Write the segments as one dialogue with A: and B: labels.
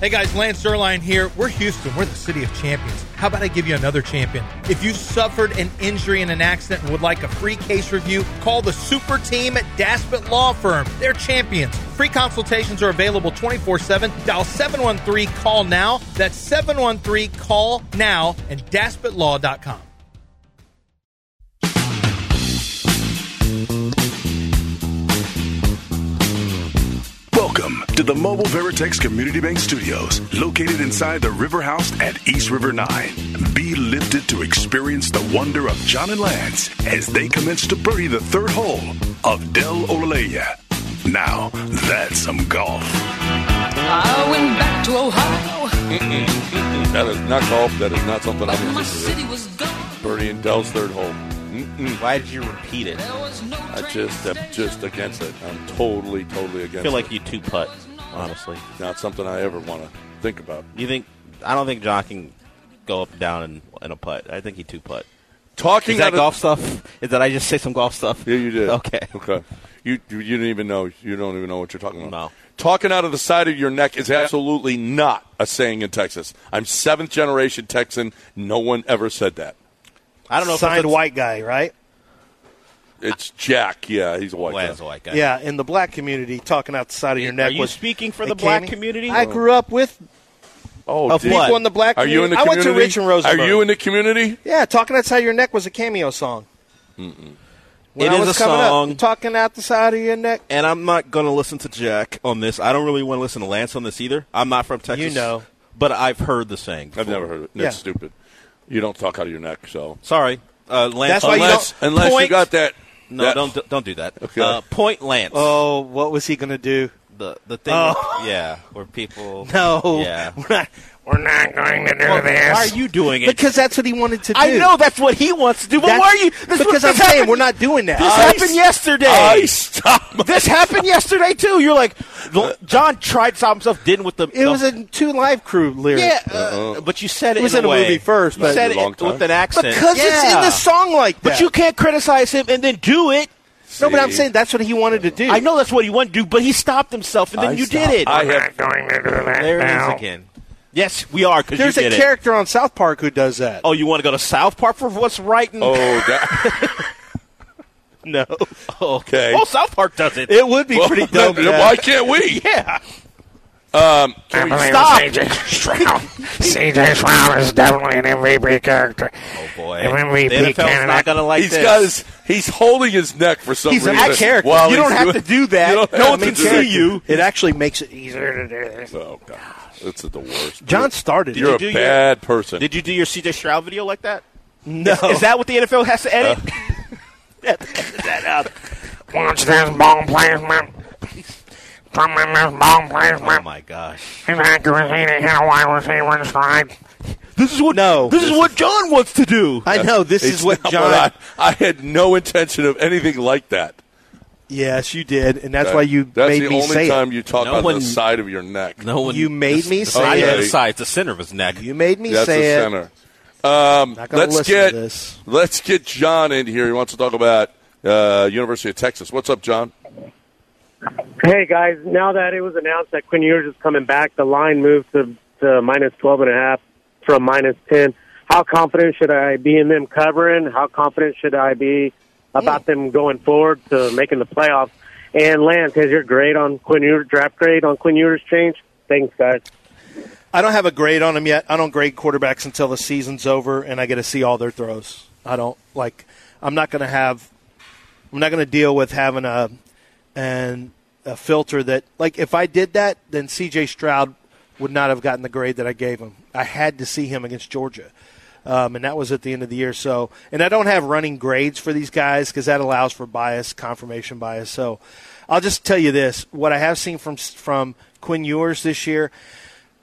A: Hey guys, Lance Erline here. We're Houston. We're the city of champions. How about I give you another champion? If you've suffered an injury in an accident and would like a free case review, call the super team at Daspit Law Firm. They're champions. Free consultations are available 24 7. Dial 713 Call Now. That's 713 Call Now and DaspitLaw.com.
B: Welcome to the Mobile Veritex Community Bank Studios, located inside the River House at East River 9. Be lifted to experience the wonder of John and Lance as they commence to birdie the third hole of Del Olaleya. Now, that's some golf.
C: I went back to Ohio,
D: That is not golf. That is not something
C: but
D: I'm
C: my
D: interested
C: city
D: in.
C: was gone.
D: Birdie and Dell's third hole. Mm-mm.
E: Why did you repeat it?
C: There was no
D: I
C: train
D: just am just against it. I'm totally, totally against
E: I feel like
D: it.
E: you two putt, honestly.
D: Not something I ever want to think about.
E: You think I don't think John can go up and down and, and a putt. I think he two putt.
D: Talking
E: Is that
D: out of-
E: golf stuff? Is that I just say some golf stuff?
D: Yeah, you did.
E: Okay.
D: Okay. You you didn't even know. You don't even know what you're talking about.
E: No.
D: Talking out of the side of your neck is absolutely not a saying in Texas. I'm seventh generation Texan. No one ever said that.
E: I don't know if
F: signed
E: it's-
F: white guy, right?
D: It's Jack. Yeah, he's a white
E: Well,
D: guy.
E: it's a white guy.
F: Yeah, in the black community, talking out the side of your
E: Are
F: neck.
E: you
F: was
E: speaking for
F: a
E: the black
F: candy.
E: community?
F: I grew up with
D: Oh,
E: Of
D: dude.
E: what?
F: people in the black.
D: Are you in the
F: community. I
D: community?
F: went to Rich and Rosenberg.
D: Are you in the community?
F: Yeah, talking outside your neck was a cameo song. When
E: It
F: I
E: is
F: was
E: a
F: coming
E: song.
F: Up, talking out the side of your neck.
E: and I'm not going to listen to Jack on this. I don't really want to listen to Lance on this either. I'm not from Texas.
F: You know.
E: But I've heard the saying.
D: I've
E: before.
D: never heard it. It's
F: Yeah.
D: stupid. You don't talk out of your neck. So
E: Sorry. Uh, Lance.
F: That's why you
D: unless
F: don't-
D: unless you
F: point-
D: got that.
E: No,
D: that-
E: don't don't do that.
D: Okay.
E: Uh, point Lance.
F: Oh, what was he gonna do?
E: the the thing.
F: Oh.
E: where- yeah, where people.
F: No,
E: Yeah.
F: we're not. We're not going to do
E: Why
F: this.
E: are you doing it?
F: Because that's what he wanted to do.
E: I know that's what he wants to do, but
F: That's-
E: why are you? This
F: because
E: this
F: I'm saying
E: happened-
F: we're not doing that.
E: This
F: I-
E: happened yesterday.
D: I stop.
E: this happened yesterday too. You're like, the- John tried to stop himself, didn't with the.
F: It
E: the-
F: was a two live crew lyric.
E: yeah, uh, but you said it,
F: It was in
E: a
F: a
E: way.
F: movie first,
E: You
F: but-
E: said
D: A long
E: it
D: time.
E: with an accent
F: because it's in
E: Yeah.
F: the song like that.
E: But you can't criticize him and then do it.
F: no, but I'm
D: See?
F: saying that's what he wanted to do.
E: I know that's what he wanted to do, but he stopped himself, and then
D: I
E: you
D: stop.
E: did it.
D: I have
E: there it is again. Yes, we are because
F: There's
E: you
F: a
E: did it.
F: character on South Park who does that.
E: Oh, you want to go to South Park for what's right? And,
D: Oh, that,
F: no,
D: okay.
E: Oh, South Park does it.
F: it would be
D: Well,
F: pretty
D: then-
F: dope.
D: then Why can't we? Um,
E: yeah.
D: Can we
E: Stop.
G: CJ Stroud. CJ Stroud is definitely an MVP character.
E: Oh boy.
G: And when we
E: the
G: beat
E: NFL's not
G: Canada-
E: gonna like
D: He's
E: this.
D: got his, he's holding his neck for some
F: He's an
D: reason.
F: act character.
D: while
E: you
D: he's
E: don't have
D: doing-
E: to do that.
D: You don't
E: no
D: have
E: one
D: to
E: can
D: do
E: see
D: that.
E: you.
F: It actually makes it easier.
D: Oh god, it's the worst.
F: John started.
D: you're
E: you
D: a
E: do your-
D: bad person.
E: Did you do your CJ Stroud video like that?
F: no,
E: Is that what the NFL has to edit?
G: Watch this ball placement. From this ball
E: oh
G: placement.
E: my gosh!
G: His accuracy to hit a wide receiver in stride.
F: this is what. No,
E: This is what John wants to do.
F: I know. This
D: It's
F: is what
D: not
F: John.
D: I, I had no intention of anything like that.
F: yes, you did, and that's
D: That-
F: why you
D: That's
F: made
D: the
F: me
D: only
F: say
D: time
F: it.
D: you talk
E: No
D: on
E: one-
D: the side of your neck.
E: no one.
F: You made me
E: not
F: say
E: even
D: Okay.
E: the
F: it.
E: side, it's the center of his neck.
F: You made me
D: That's the
F: say it.
D: center.
F: Not gonna
D: Let's
F: listen
D: get
F: to this.
D: let's get John in here. He wants to talk about uh, University of Texas. What's up, John?
H: Hey guys, now that it was announced that Quinn Ewers is coming back, the line moved to, to minus twelve and a half from minus ten. How confident should I be in them covering? How confident should I be about them going forward to making the playoffs? And Lance, has your grade on Quinn Ewers draft grade on Quinn Ewers changed? Thanks, guys.
F: I don't have a grade on them yet. I don't grade quarterbacks until the season's over and I get to see all their throws. I don't like. I'm not going to have. I'm not going to deal with having a and a filter that like if I did that, then C.J. Stroud would not have gotten the grade that I gave him. I had to see him against Georgia. Um, and that was at the end of the year. So, and I don't have running grades for these guys because that allows for bias, confirmation bias. So, I'll just tell you this: what I have seen from from Quinn Ewers this year,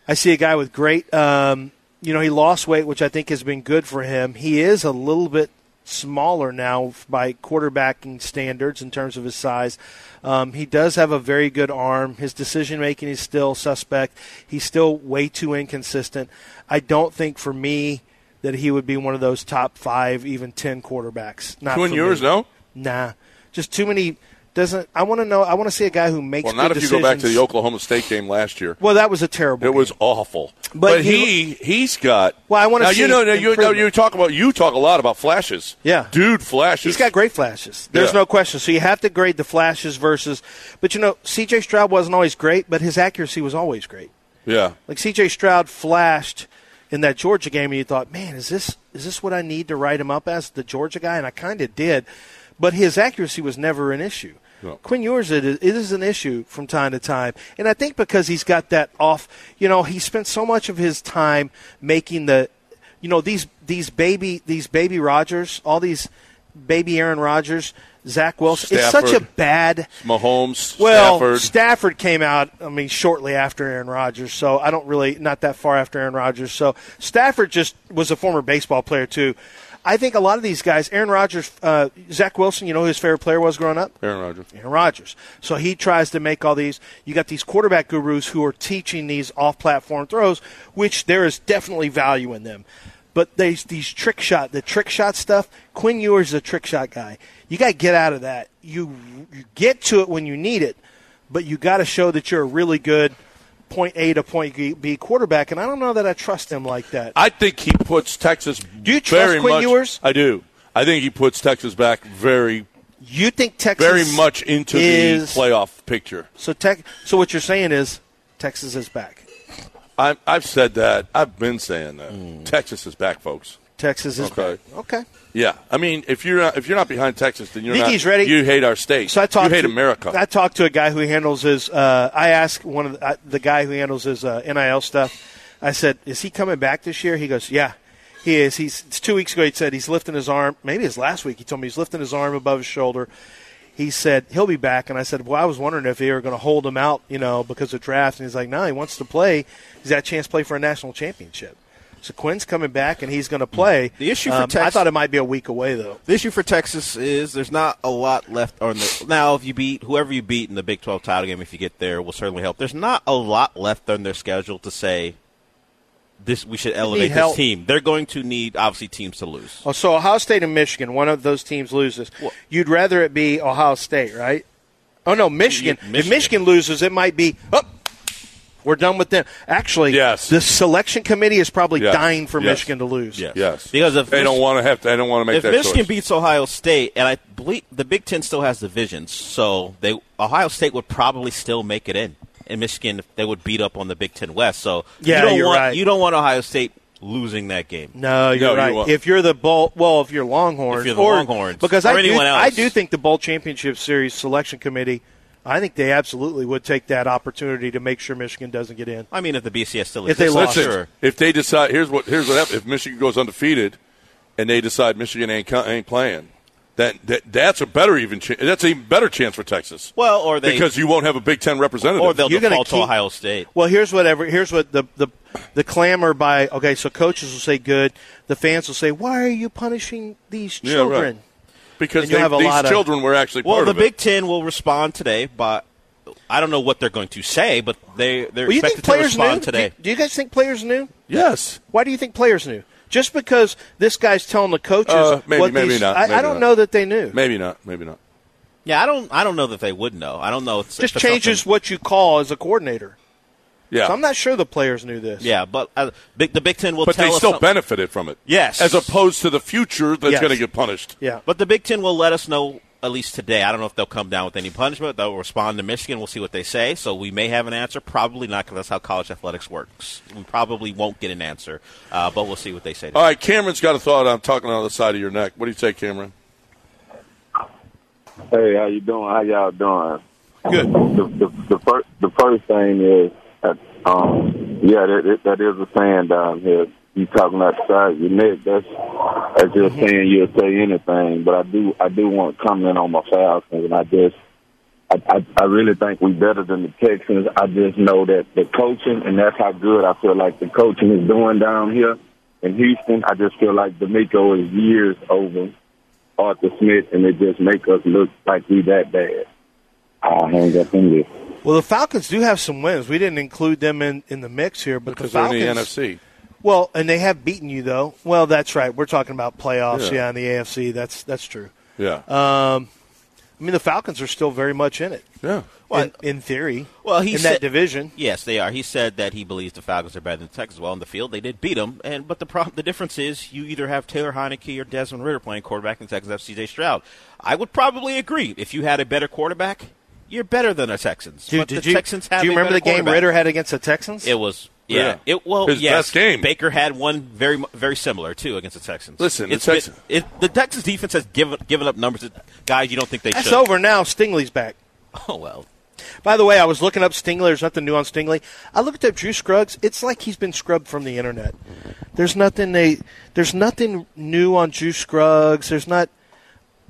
F: I see a guy with great, um, you know, he lost weight, which I think has been good for him. He is a little bit smaller now by quarterbacking standards in terms of his size. Um, he does have a very good arm. His decision making is still suspect. He's still way too inconsistent. I don't think for me that he would be one of those top five, even ten quarterbacks. Not
D: Quinn
F: for
D: Ewers,
F: me.
D: no?
F: Nah, just too many Doesn't I want to know? I want to see a guy who makes.
D: Well, not
F: good
D: if you go back to
F: decisions.
D: the Oklahoma State game last year.
F: Well, that was a terrible.
D: It
F: game.
D: was awful. But, he
F: he-
D: he's got.
F: Well, I wanna
D: now
F: see
D: you know now you, now
F: improvement.
D: you talk about you talk a lot about flashes.
F: Yeah.
D: dude, flashes.
F: He's got great flashes. There's
D: Yeah.
F: no question. So you have to grade the flashes versus. But you know, C.J. Stroud wasn't always great, but his accuracy was always great.
D: Yeah,
F: Like C.J. Stroud flashed in that Georgia game, and you thought, man, is this is this what I need to write him up as the Georgia guy? And I kind of did, but his accuracy was never an issue.
D: No.
F: Quinn Ewers, it is, it is an issue from time to time, and I think because he's got that off, you know, he spent so much of his time making the, you know, these these baby these baby Rogers, all these baby Aaron Rodgers, Zach Wilson. It's such a
D: Stafford.
F: bad
D: Mahomes.
F: well,
D: Stafford.
F: Stafford. came out. I mean, shortly after Aaron Rodgers, so I don't really not that far after Aaron Rodgers. So Stafford just was a former baseball player too. I think a lot of these guys, Aaron Rodgers, uh, Zach Wilson, you know who his favorite player was growing up.
D: Aaron Rodgers.
F: Aaron Rodgers. So he tries to make all these. You got these quarterback gurus who are teaching these off-platform throws, which there is definitely value in them. But there's these trick shot, the trick shot stuff. Quinn Ewers is a trick shot guy. You got to get out of that. You you get to it when you need it, but you got to show that you're a really good point A to point B quarterback. And I don't know that I trust him like that.
D: I think he puts Texas. Do
F: you trust
D: very
F: Quinn
D: much,
F: Ewers?
D: I do. I think he puts Texas back very,
F: you think Texas
D: very much into the
F: is-
D: playoff picture.
F: So tech. So what you're saying is Texas is back.
D: I'm, I've said that. I've been saying that.
F: Hmm.
D: Texas is back, folks.
F: Texas is
D: Okay.
F: back. Okay.
D: Yeah, I mean, if you're not, if you're not behind Texas, then you're
F: Think
D: not.
F: he's ready?
D: You hate our state.
F: So I talked.
D: You hate
F: to,
D: America.
F: I talked to a guy who handles his. Uh, I asked one of the, uh, the guy who handles his uh, NIL stuff. I said, "Is he coming back this year?" He goes, "Yeah, he is." He's it's two weeks ago. He said he's lifting his arm. Maybe it's last week. He told me he's lifting his arm above his shoulder. He said he'll be back, and I said, "Well, I was wondering if they were going to hold him out, you know, because of draft." And he's like, "No, he wants to play. He's got a chance to play for a national championship." So Quinn's coming back, and he's going to play. Um,
E: The issue for
F: I
E: Tex-
F: thought it might be a week away, though.
E: The issue for Texas is there's not a lot left on the now. If you beat whoever you beat in the Big 12 title game, if you get there, will certainly help. There's not a lot left on their schedule to say this. We should elevate this
F: help.
E: team. They're going to need obviously teams to lose.
F: Oh, so Ohio State and Michigan, one of those teams loses. You'd rather it be Ohio State, right? Oh no, Michigan.
E: You-
F: If
E: Michigan.
F: Michigan loses, it might be oh, we're done with them. Actually,
D: Yes.
F: the selection committee is probably
D: Yes.
F: dying for
D: Yes.
F: Michigan to lose.
D: yes,
E: Because if
D: they
E: Mich-
D: don't want to have to, they don't want to make
E: if
D: that
E: Michigan
D: choice.
E: beats Ohio State, and I believe the Big Ten still has divisions, so they Ohio State would probably still make it in. And Michigan, they would beat up on the Big Ten West. So
F: Yeah,
E: you don't
F: you're
E: want
F: right.
E: you don't want Ohio State losing that game.
F: No, you're
D: No, you
F: right.
D: won't.
F: if you're the bowl, well, if you're Longhorn,
E: If you're the
F: or,
E: Longhorns,
F: because
E: or
F: I do,
E: anyone else.
F: I do think the bowl championship series selection committee, I think they absolutely would take that opportunity to make sure Michigan doesn't get in.
E: I mean, if the BCS still
F: If they
E: exists,
F: lost.
D: Listen,
E: sure.
D: if they decide, here's what here's what happens. If Michigan goes undefeated, and they decide Michigan ain't co- ain't playing, that, that that's a better even ch- that's an even better chance for Texas.
E: Well, or they
D: because you won't have a Big Ten representative.
E: or they'll
F: You're gonna
E: default to
F: keep-
E: Ohio State.
F: Well, here's whatever. Here's what the the the clamor by. Okay, so coaches will say good. The fans will say, "Why are you punishing these
D: Yeah, right.
F: children?"
D: because
F: and you'll
D: they-
F: have a
D: these
F: lot of-
D: children were actually
E: Well,
D: part
E: the
D: of
E: Big
D: it.
E: Ten will respond today, but I don't know what they're going to say. But they they're
F: Well, you
E: expected
F: think players
E: to
F: knew?
E: respond
F: Do-
E: today.
F: Do, you guys think players knew?
D: Yes,
F: Why do you think players knew? Just because this guy's telling the coaches
D: Uh, maybe-
F: what
D: maybe
F: these,
D: not,
F: I,
D: maybe
F: I don't
D: not.
F: know that they knew.
D: maybe not, maybe not.
E: Yeah, I don't I don't know that they would know. I don't know. If,
F: Just
E: if it's
F: changes
E: something-
F: what you call as a coordinator.
D: Yeah,
F: So I'm not sure the players knew this.
E: Yeah, but uh, big, the Big Ten will.
D: but
E: tell
D: they
E: us
D: still
E: some-
D: benefited from it.
E: Yes.
D: as opposed to the future that's
F: Yes.
D: going to get punished.
F: Yeah.
E: But the Big Ten will let us know at least today. I don't know if they'll come down with any punishment. They'll respond to Michigan. We'll see what they say. So we may have an answer. Probably not, because that's how college athletics works. We probably won't get an answer, uh, but we'll see what they say.
D: All right, Cameron's got a thought. I'm talking on the side of your neck. What do you say, Cameron?
I: Hey, how you doing? How y'all doing?
D: Good.
I: The the, the first the first thing is, uh, um, yeah, that, that- that is a saying down here. You talking outside your neck? That's that's just saying you'll say anything. But I do I do want to comment on my Falcons, and I just I, I I really think we better than the Texans. I just know that the coaching, and that's how good I feel like the coaching is doing down here in Houston. I just feel like D'Amico is years over Arthur Smith, and it just make us look like we that bad. I'll hang up in this.
F: Well, the Falcons do have some wins. We didn't include them in, in the mix here, but the
D: Because they're
F: Falcons
D: in the NFC.
F: Well, and they have beaten you though. Well, that's right. We're talking about playoffs,
D: Yeah.
F: Uh, yeah, in the AFC. That's that's true.
D: Yeah.
F: Um, I mean, the Falcons are still very much in it.
D: Yeah.
E: Well,
F: in, in theory.
E: Well, he
F: in
E: said-
F: that division.
E: Yes, they are. He said that he believes the Falcons are better than the Texans. Well, on the field, they did beat them, and but the problem, the difference is you either have Taylor Heineke or Desmond Ritter playing quarterback, and the Texans have C.J. Stroud. I would probably agree if you had a better quarterback, you're better than the Texans.
F: Dude,
E: but
F: did
E: the
F: you,
E: Texans have
F: do you
E: a
F: remember
E: better
F: the game
E: quarterback.
F: Ritter had against the Texans?
E: It was. Yeah.
D: Yeah.
E: It well,
D: His
E: yes,
D: best game.
E: Baker had one very mu- very similar too against the Texans.
D: Listen, the
E: it's been-
D: Texans-
E: it, the Texans defense has given given up numbers to guys you don't think they
F: That's
E: should.
F: over now. Stingley's back.
E: Oh well.
F: By the way, I was looking up Stingley. There's nothing new on Stingley. I looked up Drew Scruggs. It's like he's been scrubbed from the internet. There's nothing they. There's nothing new on Drew Scruggs. There's not.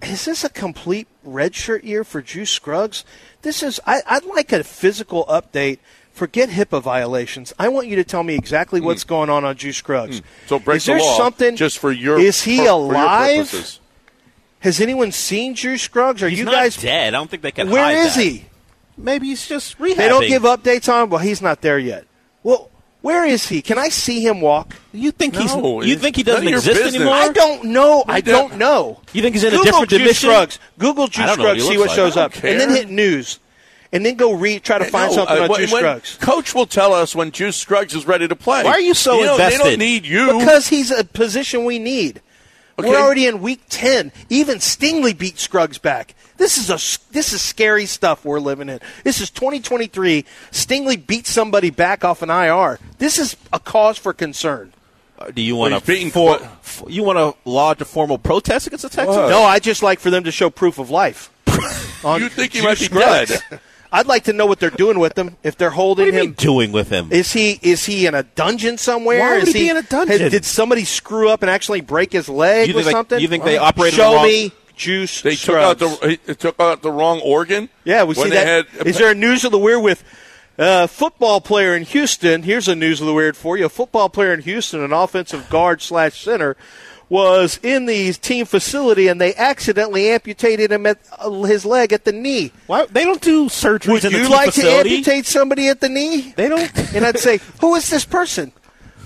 F: Is this a complete redshirt year for Drew Scruggs? This is. I, I'd like a physical update. Forget HIPAA violations. I want you to tell me exactly what's going on on Drew Scruggs.
D: Hmm. So break
F: is there
D: the law
F: something?
D: just for your.
F: Is he
D: for- for your
F: alive?
D: purposes.
F: Has anyone seen Drew Scruggs? Are
E: He's
F: you
E: not
F: guys?
E: dead. I don't think they can.
F: Where
E: hide
F: is
E: that.
F: he?
E: Maybe he's just rehabbing.
F: They don't give updates on. Well, he's not there yet. Well, where is he? Can I see him walk?
E: You think
D: No,
E: he's? You
D: it's
E: think he
D: none of
E: doesn't
D: your
E: exist
D: business.
E: anymore?
D: Or-
F: I don't know. I don't know.
E: You think he's in a
F: Google
E: different
F: Drew
E: division?
F: Scruggs. Google Drew
E: I don't know what
F: Scruggs.
E: he
F: see
E: looks
F: what
E: like.
F: shows
E: I
F: up,
E: don't
F: and then
D: care.
F: hit news, and then go read. Try to find
D: No,
F: something
D: uh,
F: on
D: when-
F: Drew
D: when
F: Scruggs.
D: Coach will tell us when Juice Scruggs is ready to play.
E: Why are you so
D: You know, They
E: invested?
D: don't need you.
F: Because he's a position we need. We're
D: Okay.
F: already in week ten. Even Stingley beat Scruggs back. This is a this is scary stuff we're living in. This is 2023. Stingley beat somebody back off an IR. This is a cause for concern.
E: Do you want
D: Well, he's beating
E: to for,
D: Cl-
E: f- You want to lodge a formal protest against the Texans?
F: No, I just like for them to show proof of life. On
D: You think he
F: Juice
D: might be
F: Scruggs.
D: dead.
F: I'd like to know what they're doing with him. If they're holding
E: What are you
F: him,
E: doing with him?
F: is he is he in a dungeon somewhere?
E: Why would
F: Is
E: he be in a dungeon?
F: has- did somebody screw up and actually break his leg
E: You
F: or
E: think they-
F: something?
E: you think they operated
F: Show
E: along-
F: me Juice.
D: They took out,
F: Scruggs.
D: the, he- took out the wrong organ.
F: yeah. We
D: when
F: see
D: they
F: that.
D: Had,
F: Is there a news of the weird with? Uh, football player in Houston. Here's a news of the weird for you. A football player in Houston, an offensive guard slash center, was in the team facility and they accidentally amputated him at uh, his leg at the knee.
E: Why, they don't do surgeries
F: Would
E: in the
F: you
E: team
F: like to
E: facility.
F: amputate somebody at the knee?
E: they don't.
F: and I'd say, "Who is this person?"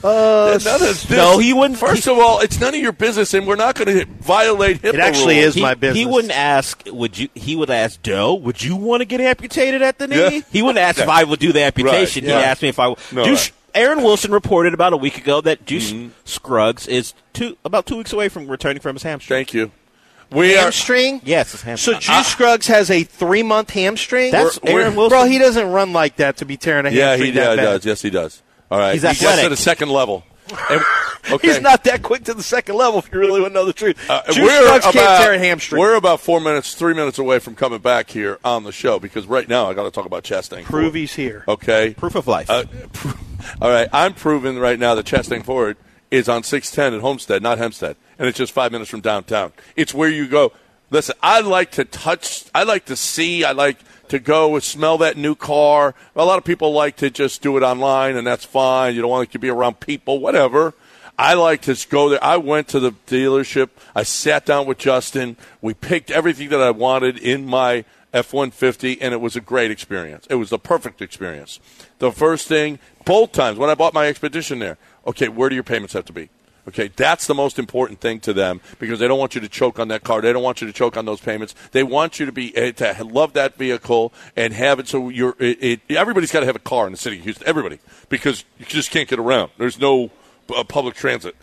D: None of
E: No,
D: this-
E: he wouldn't-
D: First of all, it's none of your business, and we're not going to violate HIPAA
F: It actually
D: rules.
F: is my business.
E: He wouldn't ask. Would you? He would ask Doe. Would you want to get amputated at the knee?
D: Yeah.
E: He wouldn't ask if I would do the amputation.
D: Right, yeah.
E: He asked me if I. would.
D: No,
E: Juice-
D: right. Mm-hmm.
E: Aaron Wilson reported about a week ago that Juice Scruggs is two about two weeks away from returning from his hamstring.
D: Thank you.
F: Uh,
D: We are.
F: hamstring.
E: Yes, his
F: So
E: hamstring.
F: Juice Scruggs has a three-month hamstring.
E: That's We're- Aaron we're-
F: Bro, he doesn't run like that to be tearing a
D: Yeah,
F: hamstring
D: he
F: that
D: yeah,
F: bad.
D: does. Yes, he does. All right.
E: He's
D: He's just
E: athletic.
D: at a second level. And- okay.
F: He's not that quick to the second level. If you really want to know the truth,
D: Uh,
F: Juice Scruggs can't tear a hamstring.
D: We're about four minutes, three minutes away from coming back here on the show because right now I got to talk about Chastain.
F: Prove he's here.
D: Okay.
E: Proof of life.
D: Uh, pr- all right. I'm proving right now that Chastain Ford is on 610 at Homestead, not Hempstead, and it's just five minutes from downtown. It's where you go. Listen, I like to touch. I like to see. I like to go and smell that new car. A lot of people like to just do it online, and that's fine. You don't want to be around people, whatever. I like to just go there. I went to the dealership. I sat down with Justin. We picked everything that I wanted in my F 150, and it was a great experience. It was the perfect experience. The first thing, both times, when I bought my expedition there, okay, where do your payments have to be? Okay, that's the most important thing to them because they don't want you to choke on that car. They don't want you to choke on those payments. They want you to be eh, to love that vehicle and have it so you're. It, it, everybody's got to have a car in the city of Houston. Everybody, because you just can't get around. There's no uh, public transit.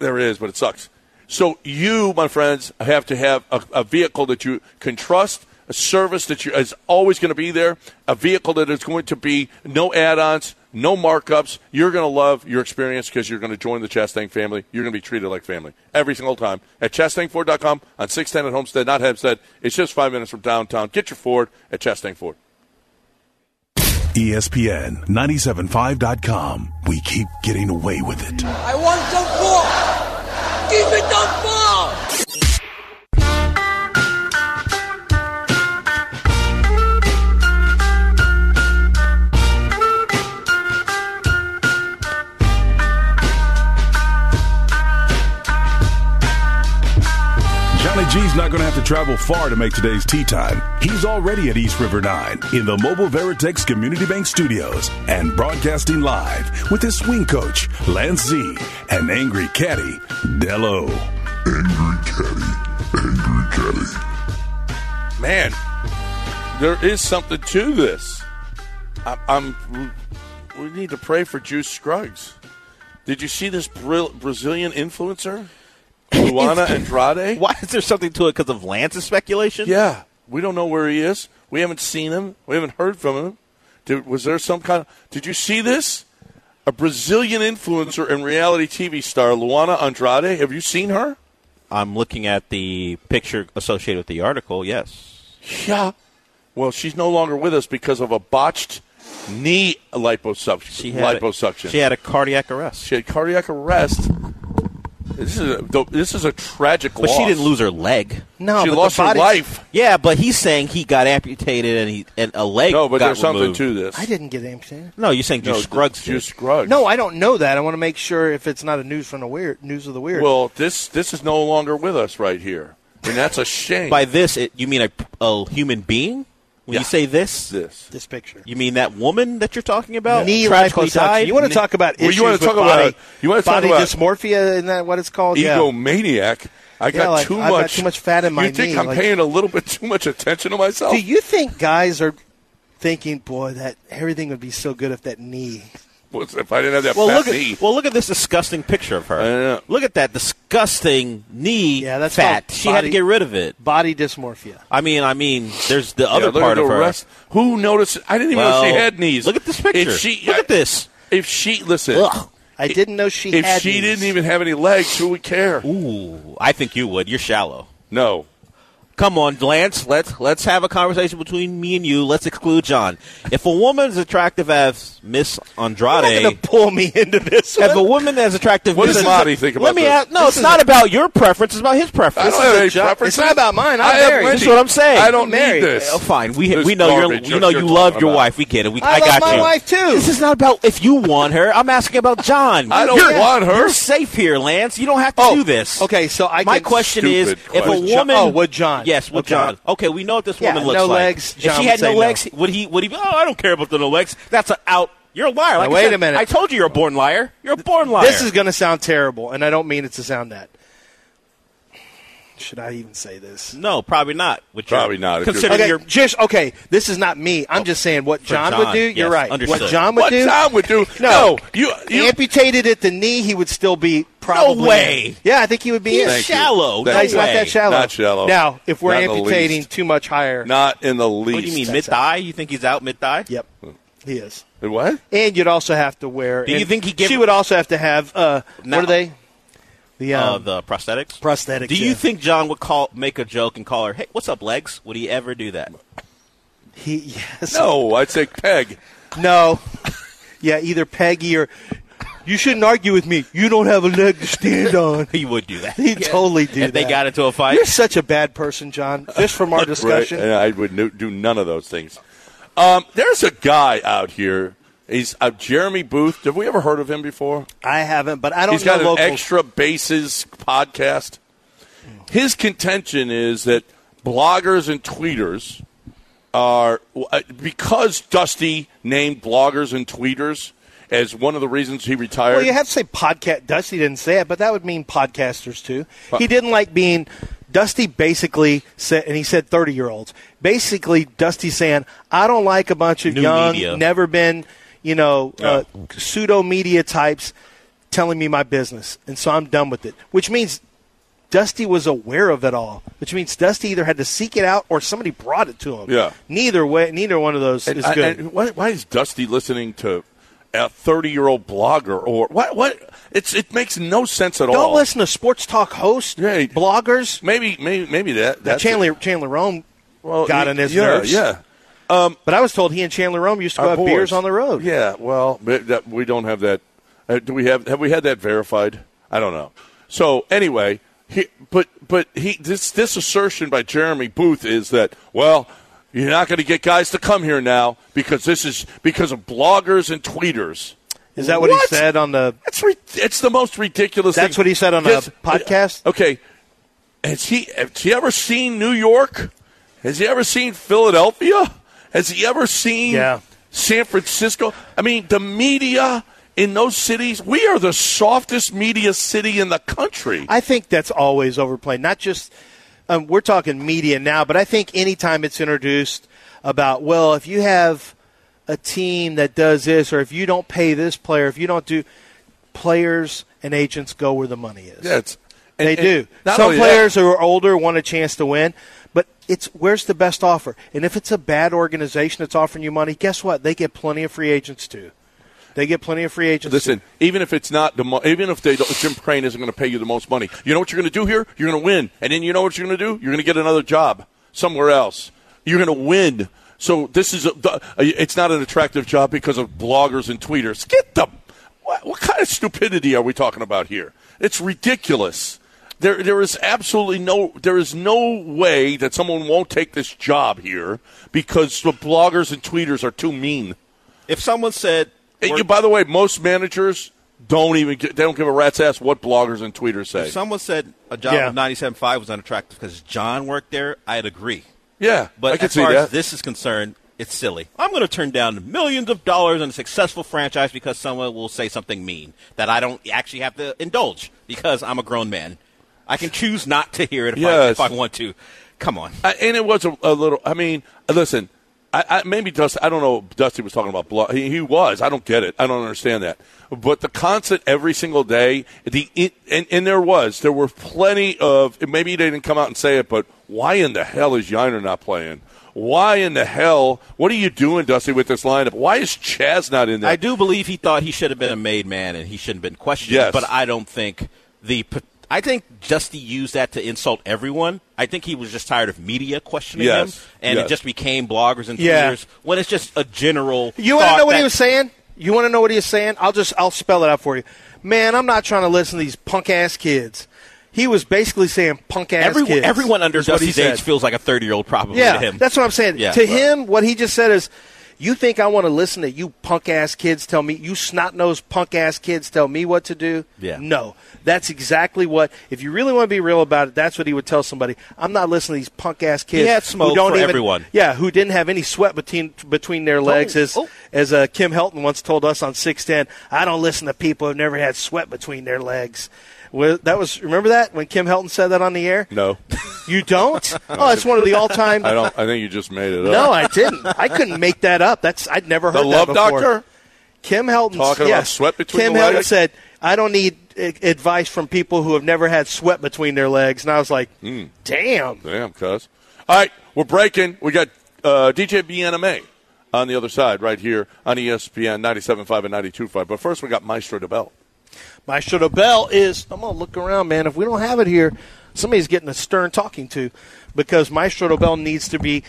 D: There is, but it sucks. So you, my friends, have to have a, a vehicle that you can trust, a service that you, is always going to be there, a vehicle that is going to be no add-ons, no markups. You're going to love your experience because you're going to join the Chastain family. You're going to be treated like family every single time at chastainford.com on 610 at Homestead, not Hempstead. It's just five minutes from downtown. Get your Ford at Chastain Ford.
B: E ESPN 975.com. We keep getting away with it.
C: I want the ball. Give me the ball.
B: Johnny G's not going to have to travel far to make today's tea time. He's already at East River 9 in the Mobile Veritex Community Bank Studios and broadcasting live with his swing coach, Lance Z, and angry caddy, Dello.
D: man, there is something to this. I, I'm. We need to pray for Juice Scruggs. Did you see this Bra- Brazilian influencer, Luana Andrade?
E: Why is there something to it because of Lance's speculation?
D: Yeah, we don't know where he is. We haven't seen him. We haven't heard from him. Did, was there some kind of? Did you see this? A Brazilian influencer and reality TV star, Luana Andrade. Have you seen her?
E: I'm looking at the picture associated with the article. Yes.
D: Yeah. Well, she's no longer with us because of a botched knee liposuction.
E: She had
D: liposuction.
E: A, she had a cardiac arrest.
D: She had cardiac arrest. This is a, this is a tragic
E: but
D: loss.
E: she didn't lose her leg.
F: No,
D: she
F: but
D: lost
F: the
D: her
F: body,
D: life.
E: Yeah, but he's saying he got amputated and he and a leg.
D: No, but
E: got
D: there's something
E: removed.
D: to this.
F: I didn't get amputated.
E: No, you're saying
D: No,
E: Juice Scruggs. did.
D: Juice Scruggs.
F: No, I don't know that. I want to make sure if it's not a news from the weird news of the weird.
D: Well, this this is no longer with us right here, and that's a shame.
E: By this, it, you mean a, a human being? When
D: Yeah.
E: you say this,
D: this.
F: this picture.
E: you mean that woman that you're talking about?
F: Knee
E: tragically
F: liposuction.
E: died?
F: You want to
E: Knee-
F: talk about
D: Well,
F: issues
D: you wanna
F: with
D: talk about-
F: body,
D: you wanna talk
F: body
D: about-
F: dysmorphia? Isn't that what it's called? yeah.
D: egomaniac. I got
F: like,
D: too
F: I've got
D: much.
F: too much fat in my
D: You think
F: knee,
D: I'm
F: like-
D: paying a little bit too much attention to myself?
F: Do you think guys are thinking, boy, that everything would be so good if that knee?
D: if I didn't have that
E: Well,
D: fat
E: look
D: knee.
E: at well, look at this disgusting picture of her.
D: know.
E: Look at that disgusting knee
F: Yeah, that's
E: fat.
F: called
E: She had to
F: body-
E: get rid of it.
F: Body dysmorphia.
E: I mean, I mean, there's the
D: Yeah,
E: other
D: look at
E: part
D: the
E: of her.
D: rest- Who noticed? I didn't even know she
E: Well,
D: had knees.
E: Look at this picture.
D: If she,
E: look at this.
D: If she listen,
E: Ugh.
F: I didn't know she
D: if
F: had
D: she
F: knees.
D: didn't even have any legs, who would care?
E: Ooh, I think you would. You're shallow.
D: No.
E: Come on, Lance. Let's let's have a conversation between me and you. Let's exclude John. If a woman is attractive as Miss
F: You're not going
E: Andrade,
F: to pull me into this.
E: if a
F: one.
E: woman as attractive,
D: What
E: Miss
D: does Lottie think
E: Let
D: about
E: me
D: this?
E: ask- no, it's not about your preference. It's about his
D: I
E: preference.
D: don't have any
F: job-
D: preferences.
F: it's not about mine. I'm
D: I have
F: married.
D: plenty.
E: This is what I'm saying.
D: I don't need
F: Married.
D: this.
E: Oh, fine. We
D: This
E: we know you're
D: garbage
E: we know
D: you're
E: you love
D: talking
E: your
D: about.
E: wife. We get it. We,
F: I
E: I,
F: love
E: got
F: my
E: you.
F: wife, too.
E: This is not about if you want her. I'm asking about John.
D: I don't
E: You're-
D: want her.
E: You're safe here, Lance. You don't have to do this.
F: Oh, Okay, so I
E: My
F: can-
E: question is,
D: Stupid
E: if
D: question.
E: a
D: With John-
E: woman,
F: oh, with John.
E: yes, with
F: Okay.
E: John. Okay, we know what this
F: Yeah,
E: woman looks
F: no
E: like.
F: legs,
E: if
F: John
E: she
F: would
E: had no
F: say
E: legs, would he? Would he? be, Oh, I don't care about the no legs. That's an out. You're a liar. Like I
F: wait
E: said,
F: a minute.
E: I told you you're a born liar. You're a born liar.
F: This is going to sound terrible, and I don't mean it to sound that. Should I even say this?
E: no, probably not. With your-
D: Probably not. If you're-
E: Considering
F: Okay,
E: your
F: just okay. This is not me. I'm just saying what John, would
E: John,
F: do. You're
E: yes,
F: right.
E: understood.
F: What John would
D: What
F: do.
D: John would do?
F: No.
D: you, you
F: amputated at the knee, he would still be probably. in.
E: way.
F: Yeah, I think he would be in.
E: He's
D: Thank you.
E: shallow.
D: Thank
E: No
F: No, he's not
E: way.
F: that shallow.
D: Not shallow.
F: Now, if we're
D: Not in the
F: amputating
D: least.
F: too much higher,
D: not in the least.
E: What do you mean mid thigh? You think he's out mid thigh?
F: yep,
D: Hmm.
F: he is.
D: What?
F: And you'd also have to wear.
E: Do you
F: and
E: think he gave-
F: She would also have to have. Uh,
E: No.
F: What are they? The um,
E: Uh, the prosthetics.
F: prosthetics.
E: Do you
F: yeah.
E: think John would call, make a joke and call her, "Hey, what's up, legs"? Would he ever do that?
F: he? Yes.
D: No, I'd say peg.
F: No. Yeah, either Peggy or you shouldn't argue with me. You don't have a leg to stand on.
E: He would do that.
F: He totally do
E: If they
F: that.
E: got into a fight,
F: You're such a bad person, John. Just from our discussion.
D: Right, and I would no, do none of those things. Um, there's a guy out here. He's uh, Jeremy Booth. Have we ever heard of him before?
F: I haven't, but I don't
D: He's got
F: know
D: an
F: locals.
D: extra bases podcast. His contention is that bloggers and tweeters are uh, because Dusty named bloggers and tweeters as one of the reasons he retired.
F: well, you have to say podcast. Dusty didn't say it, but that would mean podcasters too. He didn't like being. Dusty basically said, and he said 30 year olds. Basically, Dusty saying, I don't like a bunch of
E: New
F: young,
E: media.
F: never been, you know,
D: Oh.
F: uh, pseudo media types telling me my business. And so I'm done with it. Which means Dusty was aware of it all, which means Dusty either had to seek it out or somebody brought it to him.
D: Yeah.
F: Neither way, neither one of those
D: And
F: is
D: I-
F: good.
D: and why, why is Dusty listening to a thirty-year-old blogger or what? What? It's it makes no sense at all.
F: don't listen to sports talk hosts,
D: Right.
F: bloggers.
D: Maybe, maybe, maybe that.
F: Now,
D: That's
F: Chandler Chandler Rome
D: Well,
F: got
D: y-
F: in his
D: yeah,
F: nerves.
D: Yeah,
F: But I was told he and Chandler Rome used to go
D: Our
F: have
D: boys.
F: beers on the road.
D: Yeah. Well, but that, we don't have that. Uh, do we have? Have we had that verified? I don't know. So anyway, he, but but he this this assertion by Jeremy Booth is that well. You're not going to get guys to come here now because this is because of bloggers and tweeters.
F: Is that what,
D: What?
F: he said on the
D: That's ri- it's the most ridiculous.
F: That's
D: thing.
F: what he said on a
D: Yes.
F: podcast?
D: Okay, has he has he ever seen New York? Has he ever seen Philadelphia? Has he ever seen
F: Yeah.
D: San Francisco? I mean, the media in those cities. We are the softest media city in the country.
F: I think that's always overplayed. Not just um, we're talking media now, but I think anytime it's introduced about, well, if you have a team that does this, or if you don't pay this player, if you don't do, players and agents go where the money is.
D: Yeah, it's,
F: They
D: and-
F: do.
D: and not
F: Some
D: only that-
F: players who are older want a chance to win, but it's where's the best offer? And if it's a bad organization that's offering you money, guess what? They get plenty of free agents too. They get plenty of free agents.
D: Listen, even if it's not the mo- even if they don't, Jim Crane isn't going to pay you the most money, you know what you're going to do here? You're going to win, and then you know what you're going to do? You're going to get another job somewhere else. You're going to win. So this is a, the- it's not an attractive job because of bloggers and tweeters. Get them. What, what kind of stupidity are we talking about here? It's ridiculous. There, there is absolutely no, there is no way that someone won't take this job here because the bloggers and tweeters are too mean.
E: If someone said,
D: And you- by the way, most managers don't even gi- they don't give a rat's ass what bloggers and tweeters say.
E: if someone said a job
F: Yeah.
E: of 97.5 was unattractive because John worked there, I'd agree.
D: yeah,
E: But
D: I can
E: as
D: see
E: far
D: that.
E: as this is concerned, it's silly. I'm going to turn down millions of dollars on a successful franchise because someone will say something mean that I don't actually have to indulge because I'm a grown man. I can choose not to hear it if, I,
D: Yes.
E: if I want to. Come on.
D: I, and it was a, a little. I mean, listen, I, I maybe Dusty. I don't know. Dusty was talking about blood. He, he was. I don't get it. I don't understand that. But the constant every single day. The it, and, and there was there were plenty of. and Maybe they didn't come out and say it, but why in the hell is Yiner not playing? Why in the hell? What are you doing, Dusty, with this lineup? Why is Chaz not in there?
E: I do believe he thought he should have been a made man and he shouldn't have been questioned.
D: Yes.
E: But I don't think the. p- I think Justy used that to insult everyone. I think he was just tired of media questioning
D: Yes.
E: him, and
D: Yes.
E: it just became bloggers and tweeters
F: Yeah.
E: when it's just a general.
F: You want to
E: thought
F: know what
E: that-
F: he was saying? You want to know what he was saying? I'll just I'll spell it out for you. Man, I'm not trying to listen to these punk ass kids. He was basically saying punk ass
E: Everyone,
F: kids.
E: everyone under
F: is what he
E: Dusty's age
F: said.
E: feels like a thirty-year-old, probably
F: Yeah,
E: to him.
F: that's what I'm saying.
E: Yeah,
F: to
E: right.
F: him, what he just said is, "You think I want to listen to you punk ass kids tell me you snot nosed punk ass kids tell me what to do?"
E: Yeah.
F: No, that's exactly what. If you really want to be real about it, that's what he would tell somebody. I'm not listening to these punk ass kids
E: had smoke
F: who don't
E: for
F: even,
E: everyone.
F: Yeah, who didn't have any sweat between between their legs. as
E: oh.
F: as uh, Kim Helton once told us on Six Ten, I don't listen to people who've never had sweat between their legs. Well, that was remember that when Kim Helton said that on the air.
D: no.
F: You don't? Oh, it's one of the all-time
D: I don't. I think you just made it up.
F: no, I didn't. I couldn't make that up. That's I'd never heard
D: The
F: that
D: Love
F: before.
D: Doctor?
F: Kim Helton
D: Talking about
F: yes.
D: sweat between
F: Kim
D: the
F: Helton
D: legs?
F: said, "I don't need i- advice from people who have never had sweat between their legs." And I was like,
D: Hmm.
F: "Damn."
D: Damn, cuz. All right, we're breaking. We got uh, DJ BNMA on the other side right here on E ESPN 97.5 and 92.5. But first, we got Maestro DeBell.
F: Maestro de Bell is. I'm gonna look around, man. If we don't have it here, somebody's getting a stern talking to, because Maestro de Bell needs to be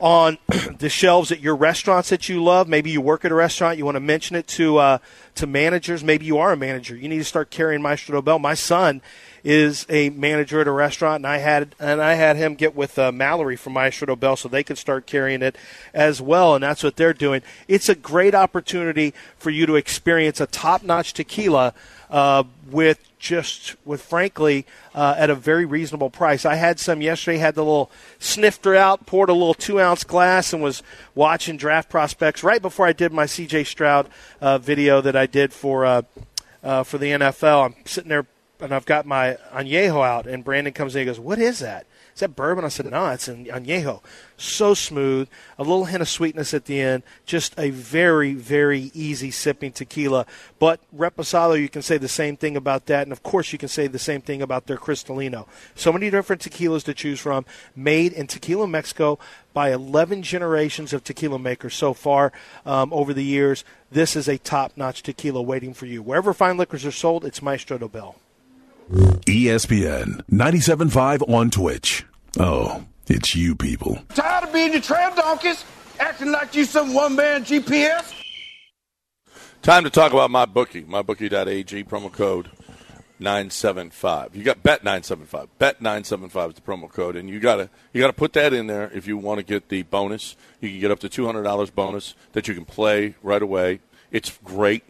F: on the shelves at your restaurants that you love. Maybe you work at a restaurant. You want to mention it to uh, to managers. Maybe you are a manager. You need to start carrying Maestro de Bell. My son is a manager at a restaurant, and I had and I had him get with uh, Mallory from Maestro de Bell so they could start carrying it as well, and that's what they're doing. It's a great opportunity for you to experience a top-notch tequila uh, with just with frankly uh, at a very reasonable price. I had some yesterday. Had the little snifter out, poured a little two-ounce glass, and was watching draft prospects right before I did my C.J. Stroud uh, video that I did for. Uh, uh, for the NFL. I'm sitting there and I've got my añejo out, and Brandon comes in and goes, "What is that? Is that bourbon?" I said, "No, it's an añejo. So smooth, a little hint of sweetness at the end. Just a very, very easy sipping tequila. But Reposado, you can say the same thing about that, and of course, you can say the same thing about their Cristalino. So many different tequilas to choose from, made in Tequila, Mexico, by 11 generations of tequila makers so far um, over the years. This is a top notch tequila waiting for you. Wherever fine liquors are sold, it's Maestro de Bell.
B: E ESPN 97.5 on Twitch. Oh, it's you people.
J: Tired of being your tram donkeys? Acting like you some one-man GPS?
D: Time to talk about my bookie, mybookie.ag, promo code 975. You got bet 975. Bet 975 is the promo code and you got to you got to put that in there if you want to get the bonus. You can get up to $200 bonus that you can play right away. It's great.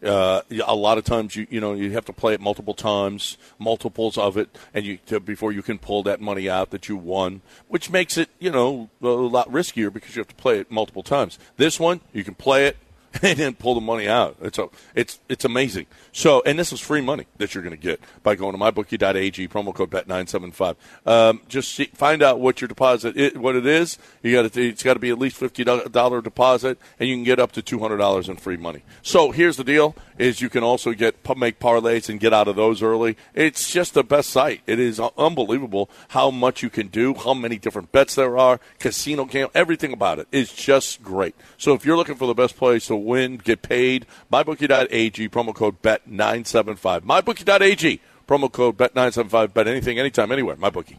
D: Uh, a lot of times you you know you have to play it multiple times, multiples of it, and you to, before you can pull that money out that you won, which makes it you know a lot riskier because you have to play it multiple times. This one you can play it and then pull the money out. It's a, it's it's amazing. So, and this is free money that you're going to get by going to mybookie.ag promo code bet nine seven five. Um, just see, find out what your deposit i what it is. You got to it's got to be at least fifty dollar deposit, and you can get up to two hundred dollars in free money. So here's the deal: is you can also get make parlays and get out of those early. It's just the best site. It is unbelievable how much you can do, how many different bets there are, casino camp, everything about it is just great. So if you're looking for the best place to win, get paid, mybookie.ag, promo code bet975. Mybookie.ag, promo code bet975, bet anything, anytime, anywhere, mybookie.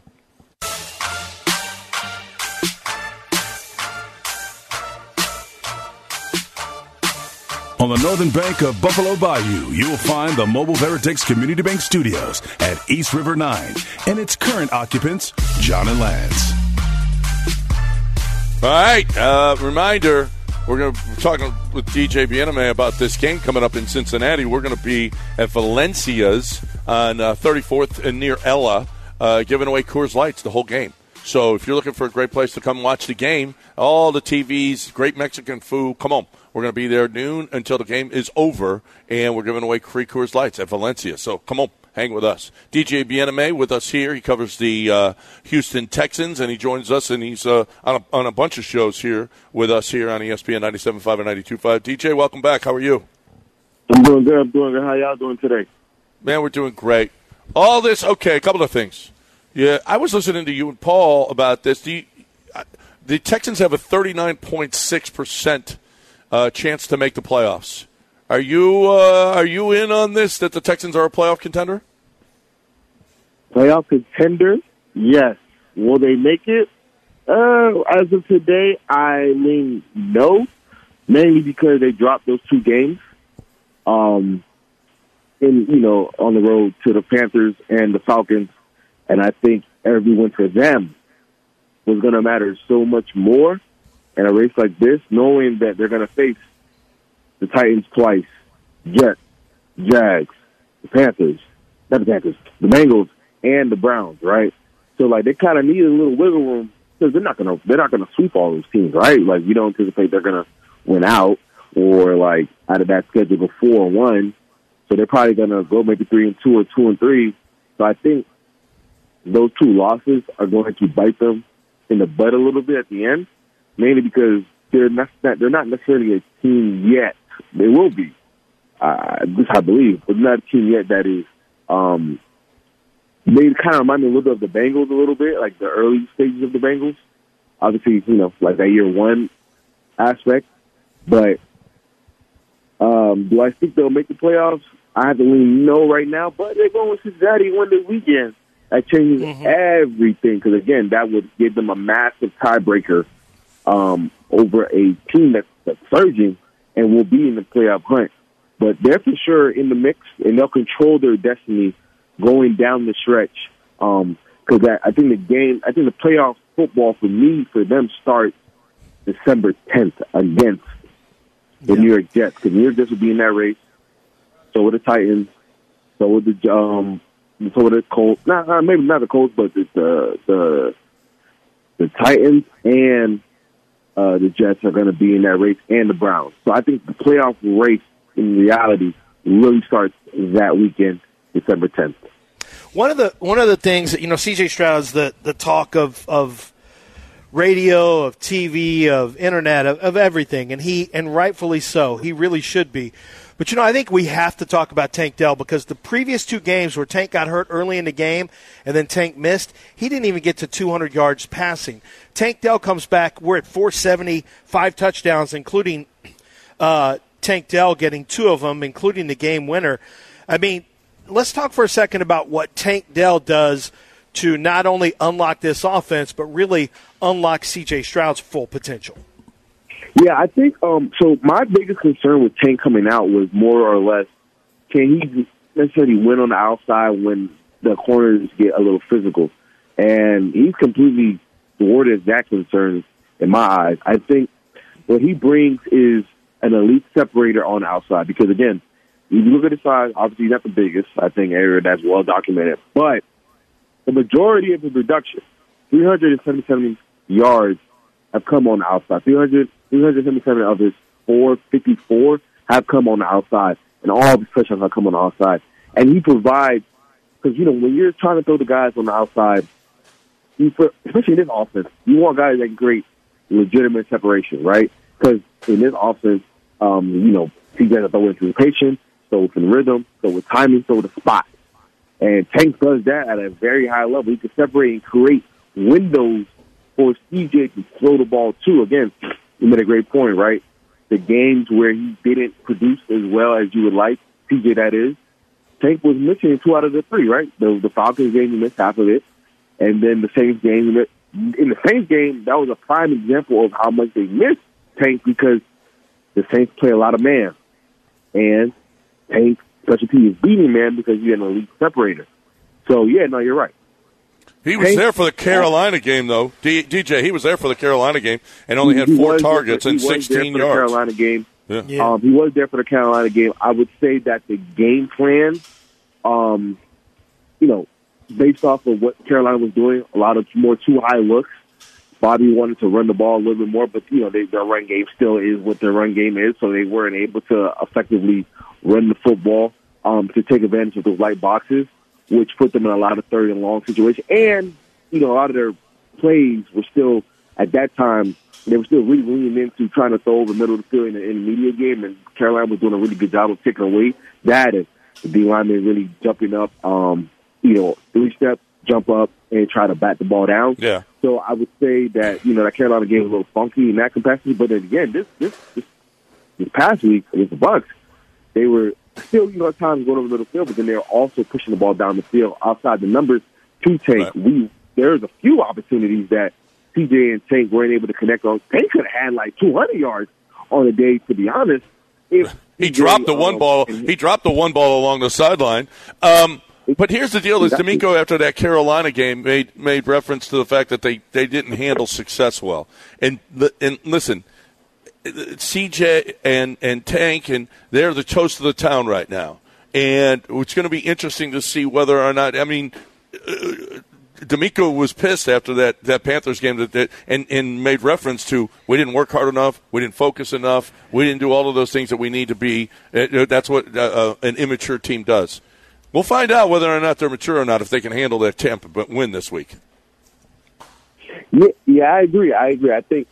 B: On the northern bank of Buffalo Bayou, you'll find the Mobile Veritex Community Bank Studios at East River 9 and its current occupants, John and Lance.
D: All right. Uh, reminder: We're going to be talking with DJ Bieneme about this game coming up in Cincinnati. We're going to be at Valencia's on uh, 34th and near Ella, uh, giving away Coors Lights the whole game. So if you're looking for a great place to come watch the game, all the TVs, great Mexican food, come on. We're going to be there noon until the game is over, and we're giving away free Coors Lights at Valencia. So come on hang with us. DJ Bieneme with us here. He covers the uh, Houston Texans, and he joins us, and he's uh, on, a, on a bunch of shows here with us here on E ESPN 97.5 and 92.5. DJ, welcome back. How are you?
I: I'm doing good. I'm doing good. How y'all doing today?
D: Man, we're doing great. All this, okay, a couple of things. Yeah, I was listening to you and Paul about this. The, uh, the Texans have a 39.6% uh, chance to make the playoffs. Are you uh, are you in on this that the Texans are a playoff contender?
I: Playoff contender? Yes. Will they make it? Uh, as of today, I mean no, mainly because they dropped those two games, um, in you know on the road to the Panthers and the Falcons, and I think every win for them was going to matter so much more in a race like this, knowing that they're going to face the Titans twice, Jets, Jags, the Panthers, not the Panthers, the Bengals, and the Browns, right? So like they kind of need a little wiggle room because they're not gonna they're not gonna sweep all those teams, right? Like we don't anticipate they're gonna win out or like out of that schedule go four and one, so they're probably gonna go maybe three and two or two and three. So I think those two losses are going to bite them in the butt a little bit at the end, mainly because they're not they're not necessarily a team yet they will be. Uh, this I believe, but not a team yet that is. Um, they kind of remind me a little bit of the Bengals a little bit, like the early stages of the Bengals. Obviously, you know, like that year one aspect. But um, do I think they'll make the playoffs? I have to lean no right now, but they're going with Cincinnati one the weekend. That changes everything because again, that would give them a massive tiebreaker um, over a team that's, that's surging and will be in the playoff hunt. But they're for sure in the mix, and they'll control their destiny going down the stretch. Because I, I think the game, I think the playoff football for me, for them, starts December 10th against the New York Jets. Because New York Jets will be in that race. So will the Titans. So will the um, so will the Colts. Not nah, maybe not the Colts, but the the the, the Titans and uh, the Jets are going to be in that race and the Browns. So I think the playoff race in reality really starts that weekend, December 10th.
F: One of the one of the things that you know, CJ Stroud's the the talk of of radio, of TV, of internet, of, of everything, and he and rightfully so, he really should be. But you know, I think we have to talk about Tank Dell because the previous two games where Tank got hurt early in the game and then Tank missed, he didn't even get to 200 yards passing. Tank Dell comes back. We're at 470, five touchdowns, including uh, Tank Dell getting two of them, including the game winner. I mean, let's talk for a second about what Tank Dell does to not only unlock this offense, but really unlock CJ Stroud's full potential.
I: Yeah, I think um so my biggest concern with Tank coming out was more or less can he necessarily win on the outside when the corners get a little physical? And he's completely thwarted that concern in my eyes. I think what he brings is an elite separator on the outside because again, you look at his size, obviously he's not the biggest, I think area that's well documented. But the majority of his production, three hundred and seventy seven yards have come on the outside. 300, 377 of his 54, 54 have come on the outside, and all of his touchdowns have come on the outside. And he provides because you know when you're trying to throw the guys on the outside, you for, especially in this offense, you want guys that create legitimate separation, right? Because in this offense, um, you know, he got to throw into his patient, throw with rhythm, throw with timing, throw with a spot. And Tank does that at a very high level. He can separate and create windows for CJ to throw the ball to. Again, you made a great point, right? The games where he didn't produce as well as you would like, CJ that is, Tank was missing two out of the three, right? The, the Falcons game, he missed half of it. And then the Saints game, he missed- in the Saints game, that was a prime example of how much they missed Tank because the Saints play a lot of man. And Tank, special P is beating man because you had an elite separator. So, yeah, no, you're right.
D: He was
I: Hey.
D: there for the Carolina game, though. D- DJ, he was there for the Carolina game and only had
I: He
D: four
I: was there for-
D: targets
I: he
D: and
I: was there
D: 16
I: for the
D: yards.
I: Carolina game.
D: Yeah.
I: Um, he was there for the Carolina game. I would say that the game plan, um, you know, based off of what Carolina was doing, a lot of more too high looks. Bobby wanted to run the ball a little bit more, but you know they, their run game still is what their run game is, so they weren't able to effectively run the football um, to take advantage of those light boxes, which put them in a lot of third and long situations. And you know a lot of their plays were still at that time they were still really leaning into trying to throw over the middle of the field in the, in the media game, and Carolina was doing a really good job of taking away that and the D lineman really jumping up, um, you know, three step jump up and try to bat the ball down.
D: Yeah.
I: So I would say that you know that Carolina game was a little funky in that capacity, but then again, this this this, this past week against the Bucks, they were still you know at times going over the middle field, but then they were also pushing the ball down the field outside the numbers to Tank. We there's a few opportunities that TJ and Tank weren't able to connect on. Tank could have had like 200 yards on a day, to be honest. If uh,
D: He dropped the one ball. He dropped the one ball along the sideline. Um, but here's the deal: is D'Amico after that Carolina game made made reference to the fact that they, they didn't handle success well. And the, and listen, CJ and and Tank and they're the toast of the town right now. And it's going to be interesting to see whether or not. I mean, D'Amico was pissed after that, that Panthers game that, that and, and made reference to we didn't work hard enough, we didn't focus enough, we didn't do all of those things that we need to be. Uh, That's what uh, uh, an immature team does. We'll find out whether or not they're mature or not if they can handle their Tampa but win this week.
I: Yeah, yeah, I agree. I agree. I think,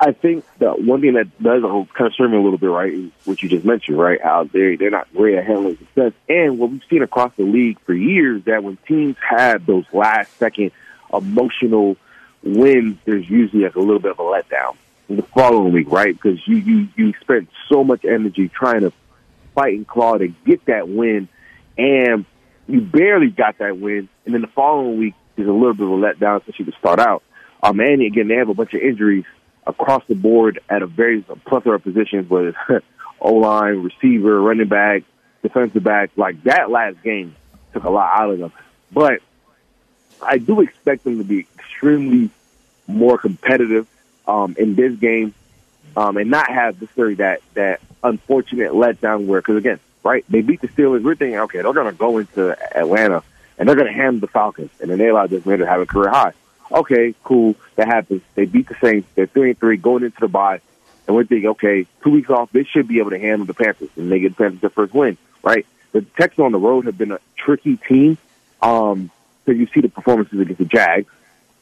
I: I think the one thing that does concern me a little bit, right, is what you just mentioned, right? How they they're not great at handling success, and what we've seen across the league for years that when teams have those last second emotional wins, there's usually like a little bit of a letdown in the following week, right? Because you you you spend so much energy trying to fight and claw to get that win, and you barely got that win, and then the following week is a little bit of a letdown, especially to start out. Um, and again, they have a bunch of injuries across the board at a very a plethora of positions, whether it's O line, receiver, running back, defensive back. Like that last game took a lot out of them, but I do expect them to be extremely more competitive um, in this game um, and not have the story that that unfortunate letdown where because again, right? They beat the Steelers. We're thinking, okay, they're going to go into Atlanta and they're going to hand the Falcons, and then they allow this man to have a career high. Okay, cool, that happens. They beat the Saints. They're three and three going into the bye, and we're thinking, okay, two weeks off, they should be able to handle the Panthers, and they get the Panthers their first win, right? The Texans on the road have been a tricky team. Um, so you see the performances against the Jags,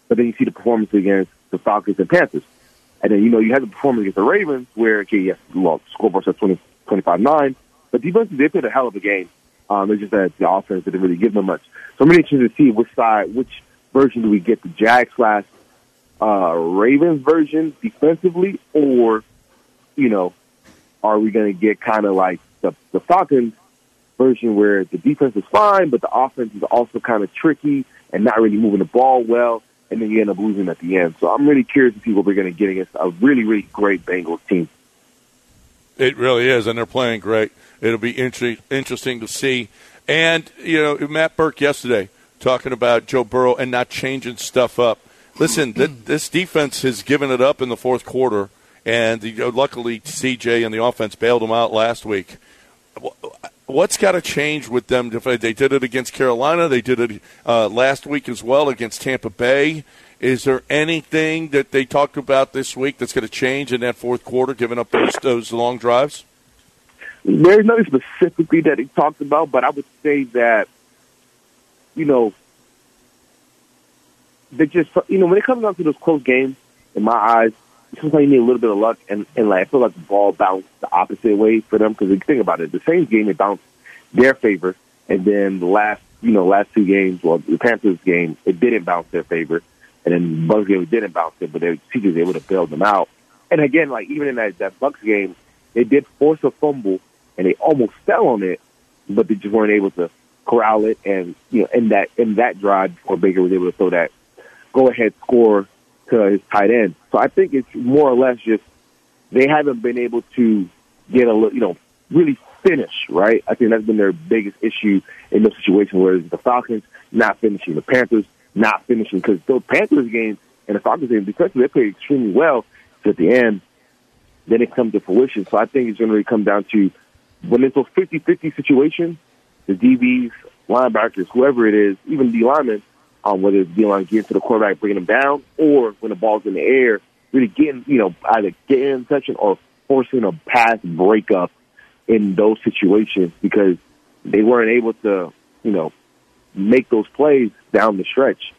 I: but then you see the performance against the Falcons and Panthers. And then, you know, you had the performance against the Ravens where, okay, yes, well, scoreboard's at 20, 25-9, but defensively, they played a hell of a game. Um, it's just that the offense didn't really give them much. So I'm really interested to see which side, which version do we get, the Jags slash uh, Ravens version defensively, or, you know, are we going to get kind of like the, the Falcons version where the defense is fine, but the offense is also kind of tricky and not really moving the ball well, and then you end up losing at the end. So I'm really curious to see what we're going to get against a really, really great Bengals team.
D: It really is, and they're playing great. It'll be inter- interesting to see. And you know, Matt Burke yesterday talking about Joe Burrow and not changing stuff up. Listen, th- this defense has given it up in the fourth quarter, and you know, luckily CJ and the offense bailed them out last week. Wh- What's got to change with them? They did it against Carolina. They did it uh, last week as well against Tampa Bay. Is there anything that they talked about this week that's going to change in that fourth quarter, giving up those, those long drives?
I: There's nothing specifically that he talked about, but I would say that, you know, they just, you know, when it comes down to those close games, in my eyes, sometimes you need a little bit of luck, and, and like, I feel like the ball bounced the opposite way for them, because think about it, the same game, it bounced their favor, and then the last, you know, last two games, well, the Panthers game, it didn't bounce their favor, and then Bucks game, it didn't bounce it, but they, Seekers, they would have bailed them out. And again, like, even in that, that Bucks game, they did force a fumble and they almost fell on it, but they just weren't able to corral it. And you know, in that in that drive, before Baker was able to throw that go ahead score to his tight end. So I think it's more or less just they haven't been able to get a li- you know really finish right. I think that's been their biggest issue in those situations where it's the Falcons not finishing, the Panthers not finishing because the Panthers game and the Falcons game because they played extremely well so at the end then it comes to fruition. So I think it's going to really come down to when it's a 50-50 situation, the DBs, linebackers, whoever it is, even D linemen, um, whether it's D line getting to the quarterback, bringing them down, or when the ball's in the air, really getting, you know, either getting in touch or forcing a pass breakup in those situations because they weren't able to, you know, make those plays down the stretch.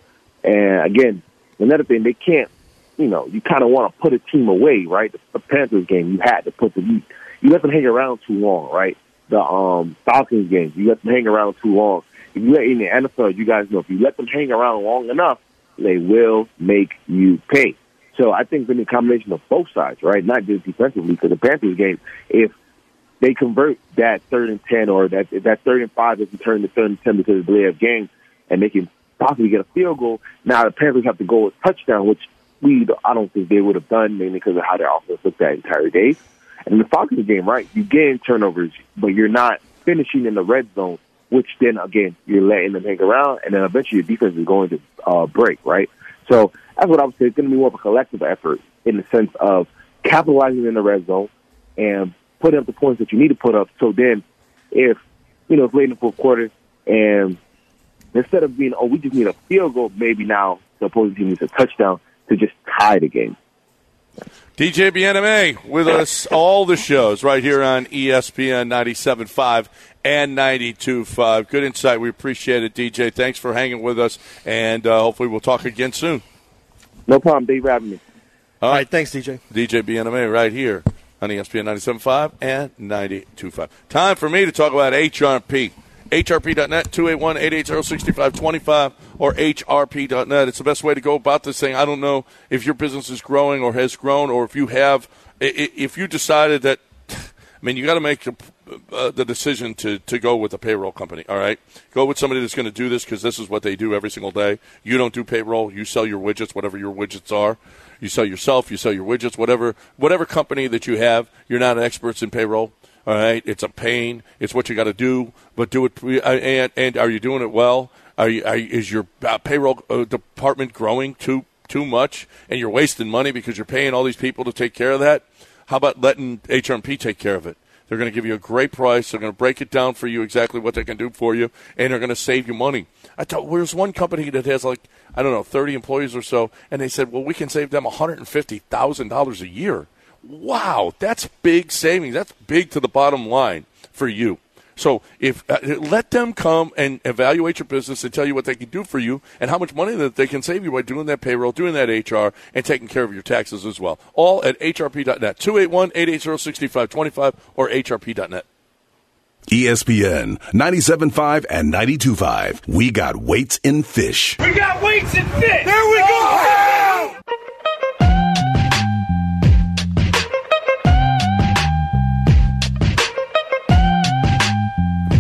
I: And again, another thing, they can't you know, you kind of want to put a team away, right? The, the Panthers game, you had to put the you, you let them hang around too long, right? The um, Falcons game, you let them hang around too long. If you let in the NFL, you guys know if you let them hang around long enough, they will make you pay. So I think it's been a combination of both sides, right? Not just defensively, because the Panthers game, if they convert that third and ten or that that third and five is turned to third and ten because of the delay of game, and they can possibly get a field goal. Now the Panthers have to go with touchdown, which we I don't think they would have done mainly because of how their offense looked that entire day. And the Falcons game, right? You gain turnovers, but you're not finishing in the red zone, which then again you're letting them hang around, and then eventually your defense is going to uh, break, right? So that's what I would say. It's going to be more of a collective effort in the sense of capitalizing in the red zone and putting up the points that you need to put up. So then, if you know it's late in the fourth quarter, and instead of being oh we just need a field goal, maybe now the opposing team needs a touchdown to just tie the game.
D: DJ BNMA with us all the shows right here on E ESPN 97.5 and 92.5. Good insight. We appreciate it, DJ. Thanks for hanging with us, and uh, hopefully we'll talk again soon.
I: No problem. Thank you for having me.
D: All right.
F: thanks, DJ.
D: DJ BNMA right here on E ESPN 97.5 and 92.5. Time for me to talk about HRP. HRP.net, 281 880 6525, or HRP.net. It's the best way to go about this thing. I don't know if your business is growing or has grown, or if you have, if you decided that, I mean, you got to make uh, the decision to, to go with a payroll company, all right? Go with somebody that's going to do this because this is what they do every single day. You don't do payroll, you sell your widgets, whatever your widgets are you sell yourself, you sell your widgets, whatever whatever company that you have, you're not experts in payroll. All right, it's a pain. It's what you got to do, but do it. Pre- and and are you doing it well? Are you are, is your uh, payroll department growing too too much, and you're wasting money because you're paying all these people to take care of that? How about letting HRMP take care of it? They're going to give you a great price. They're going to break it down for you exactly what they can do for you, and they're going to save you money. I thought there's one company that has like I don't know 30 employees or so, and they said, well, we can save them 150 thousand dollars a year. Wow, that's big savings. That's big to the bottom line for you. So if uh, let them come and evaluate your business and tell you what they can do for you and how much money that they can save you by doing that payroll, doing that HR, and taking care of your taxes as well. All at hrp.net. 281-880-6525 or hrp.net.
B: E ESPN 97.5 and 92.5. We got weights in fish.
G: We got weights and fit. There we go.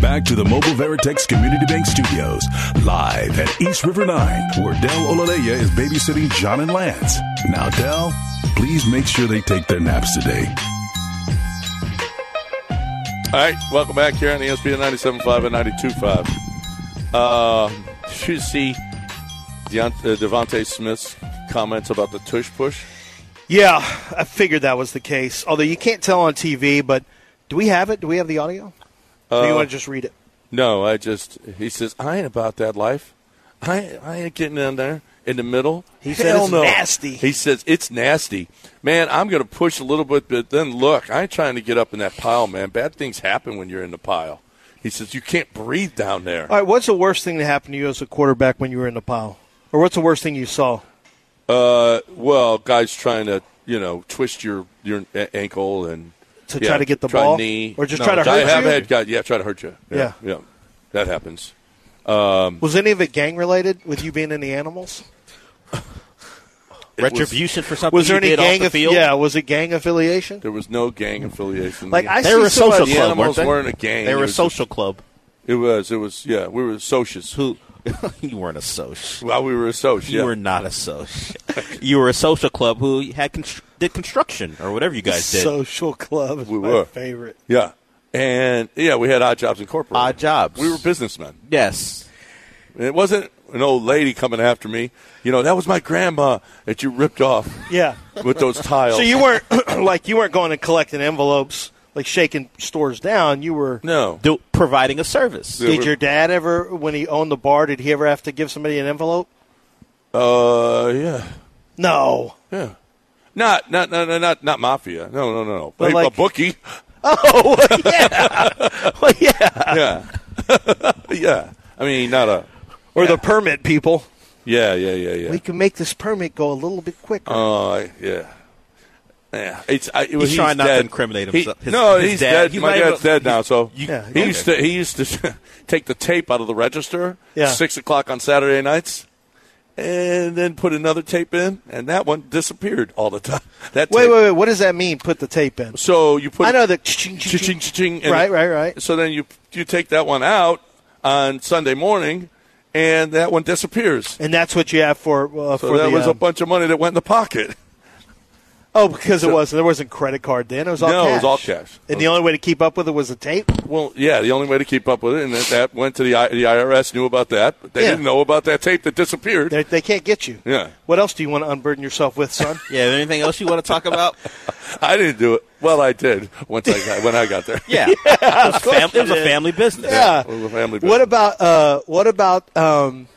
B: Back to the Mobile Veritex Community Bank Studios, live at East River 9, where Dell Olaleya is babysitting John and Lance. Now, Dell, please make sure they take their naps today.
D: All right, welcome back here on E the ESPN 97.5 and 92.5. Uh, did you see Deont- uh, Devontae Smith's comments about the tush push?
F: Yeah, I figured that was the case. Although you can't tell on TV, but do we have it? Do we have the audio? Or do you
D: Uh,
F: want to just read it?
D: No, I just, he says, I ain't about that life. I, I ain't getting in there. in the middle?
F: He said
D: Hell
F: it's
D: no.
F: nasty.
D: He says it's nasty. Man, I'm going to push a little bit, but then look, I ain't trying to get up in that pile, man. Bad things happen when you're in the pile. He says you can't breathe down there.
F: All right, what's the worst thing that happened to you as a quarterback when you were in the pile? Or what's the worst thing you saw?
D: Uh, well, guys trying to you know twist your your a- ankle and
F: To
D: yeah,
F: try to get the
D: try
F: ball?
D: knee.
F: Or just
D: No,
F: try to
D: I
F: hurt
D: have
F: you?
D: had guys, yeah, try to hurt you.
F: Yeah.
D: yeah, that happens. Um,
F: Was any of it gang related with you being in the animals?
D: it was-
E: Retribution for something
F: was there
E: you
F: any
E: did
F: gang
E: off the
F: aff-
E: field?
F: Yeah, was it gang affiliation?
D: There was no gang affiliation.
F: Like, I
D: The-
F: see They were a somebody- social
D: the
F: club,
D: Animals
F: weren't they?
D: weren't a gang.
F: They were a
D: It was
F: social
E: club.
D: It was. It was. Yeah, we were socias.
E: Who? you weren't a soc.
D: Well, we were a soc.
E: You
D: yeah.
E: were not a soc. you were a social club who had constr- did construction or whatever you guys did.
F: Social club is
D: We
F: my
D: were
F: favorite.
D: Yeah, and yeah, we had odd jobs incorporated.
E: Odd jobs.
D: We were businessmen.
E: Yes.
D: It wasn't an old lady coming after me. You know, that was my grandma that you ripped off
F: Yeah.
D: with those tiles.
F: So you weren't like you weren't going and collecting envelopes, like shaking stores down. You were
D: no
E: Do, providing a service.
F: Did your dad ever, when he owned the bar, did he ever have to give somebody an envelope?
D: Uh, yeah.
F: No.
D: Yeah. Not, not, no, no, not, not mafia. No, no, no, no.
F: But
D: Hey,
F: like-
D: a bookie.
F: Oh yeah, well, yeah,
D: Yeah, yeah. I mean, not a.
F: Or the permit people.
D: Yeah, yeah, yeah, yeah.
F: We can make this permit go a little bit quicker.
D: Oh, I- yeah. Yeah, it's I, it was
E: He's trying not to
D: dead.
E: incriminate
D: He-
E: himself- his-
D: no,
E: his
D: he's
E: dad.
D: dead.
E: He
D: My
E: might
D: dad's
E: have-
D: dead now. So
E: Yeah,
D: he used to he used to take the tape out of the register.
F: Yeah.
D: six o'clock on Saturday nights, and then put another tape in, and that one disappeared all the time. That
F: wait,
D: tape.
F: wait, wait. What does that mean? Put the tape in.
D: So you put
F: I know the
D: Cha-ching, cha-ching, and-
F: right, right, right.
D: So then you you take that one out on Sunday morning, and that one disappears.
F: And that's what you have for uh,
D: So
F: for
D: that
F: the.
D: was a
F: um,
D: bunch of money that went in the pocket.
F: oh, because it
D: so-
F: wasn't. There wasn't credit card then. It was all
D: no,
F: cash.
D: it was all cash.
F: And the only way to keep up with it was a tape.
D: Well, yeah, the only way to keep up with it, and that, that went to the, I, the IRS knew about that, but they
F: Yeah.
D: didn't know about that tape that disappeared.
F: They, they can't get you.
D: yeah,
F: What else do you want to unburden yourself with, son?
E: Yeah. is there Anything else you want to talk about?
D: I didn't do it. Well, I did once I got, when I got there.
E: Yeah. it was, a
F: course
E: fam- it was
F: you
E: a
F: did.
E: family business.
F: Yeah.
D: It was a family business.
F: What about uh, what about um,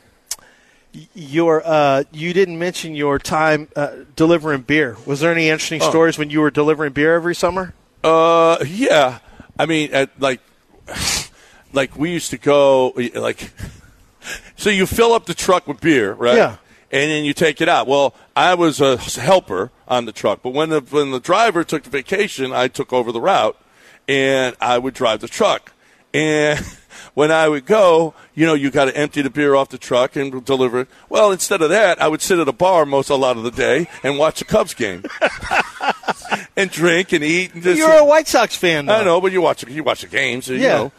F: y- your? Uh, you didn't mention your time uh, delivering beer. Was there any interesting
D: Oh.
F: stories when you were delivering beer every summer?
D: Uh, yeah. I mean, at, like, like we used to go like. So you fill up the truck with beer, right?
F: Yeah.
D: And then you take it out. Well, I was a helper on the truck, but when the when the driver took the vacation, I took over the route, and I would drive the truck. And when I would go, you know, you got to empty the beer off the truck and deliver it. Well, instead of that, I would sit at a bar most a lot of the day and watch the Cubs game, and drink and eat. And just,
F: You're a White Sox fan. Though.
D: I know, but you watch you watch the game, so you
F: Uh, Yeah.
D: know.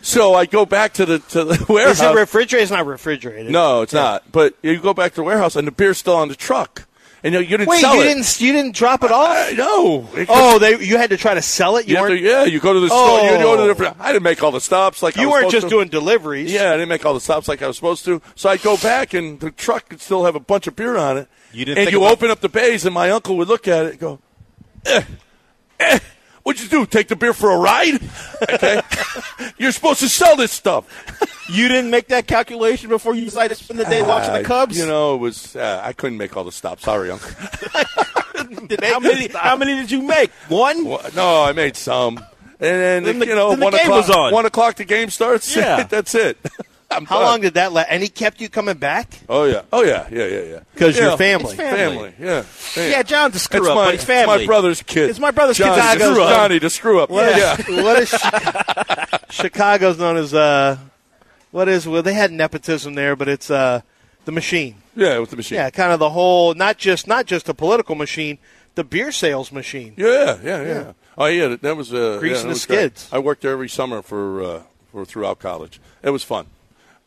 D: So I go back to the to the warehouse.
F: Is it refrigerated? It's not refrigerated.
D: no, it's not. But you go back to the warehouse, and the beer's still on the truck, and you, know, you didn't
F: Wait,
D: sell
F: you
D: it.
F: didn't you didn't drop it off?
D: I know. It-
F: oh, they you had to try to sell it. You,
D: you have to-
F: weren't.
D: yeah, you go to the
F: Oh.
D: store. You go to the different. I didn't make all the stops like I
F: you
D: was
F: weren't
D: supposed
F: just
D: to.
F: doing deliveries.
D: Yeah, I didn't make all the stops like I was supposed to. So I go back, and the truck could still have a bunch of beer on it.
E: You didn't
D: And
E: think
D: you
E: about-
D: open up the bays, and my uncle would look at it and go, eh, eh, "What'd you do? Take the beer for a ride? Okay, you're supposed to sell this stuff."
E: You didn't make that calculation before you decided to spend the day watching the
D: I-
E: Cubs.
D: Uh, You know, it was uh, I couldn't make all the stops. Sorry, Uncle.
E: Did- how many? How many did you make? One.
D: Well, no, I made some, and then,
E: Then the-
D: you know,
E: then the
D: one
E: game
D: o'clock.
E: was on.
D: One o'clock, the game starts.
E: Yeah.
D: that's it. I'm
F: How
D: done.
F: long did that last? And he kept you coming back
D: Oh yeah, oh yeah, yeah, yeah, yeah.
F: because
D: yeah.
F: your family.
E: It's
D: family, yeah.
E: Yeah, John's a screw
D: it's
E: up,
D: my,
E: but he's
D: it's
E: family.
D: my brother's kid.
E: It's my brother's kid.
D: Johnny,
E: Chicago's
D: the,
E: son.
D: Johnny the screw up. Yeah.
F: what is Chicago's known as uh what is well they had nepotism there but it's uh the machine.
D: yeah, with the machine.
F: Yeah, kind of the whole not just not just a political machine, the beer sales machine.
D: Yeah, yeah, yeah. Oh yeah, that- that was uh,
F: Grease
D: yeah,
F: and
D: that
F: the
D: was great.
F: skids.
D: I worked there every summer for uh, for throughout college. It was fun.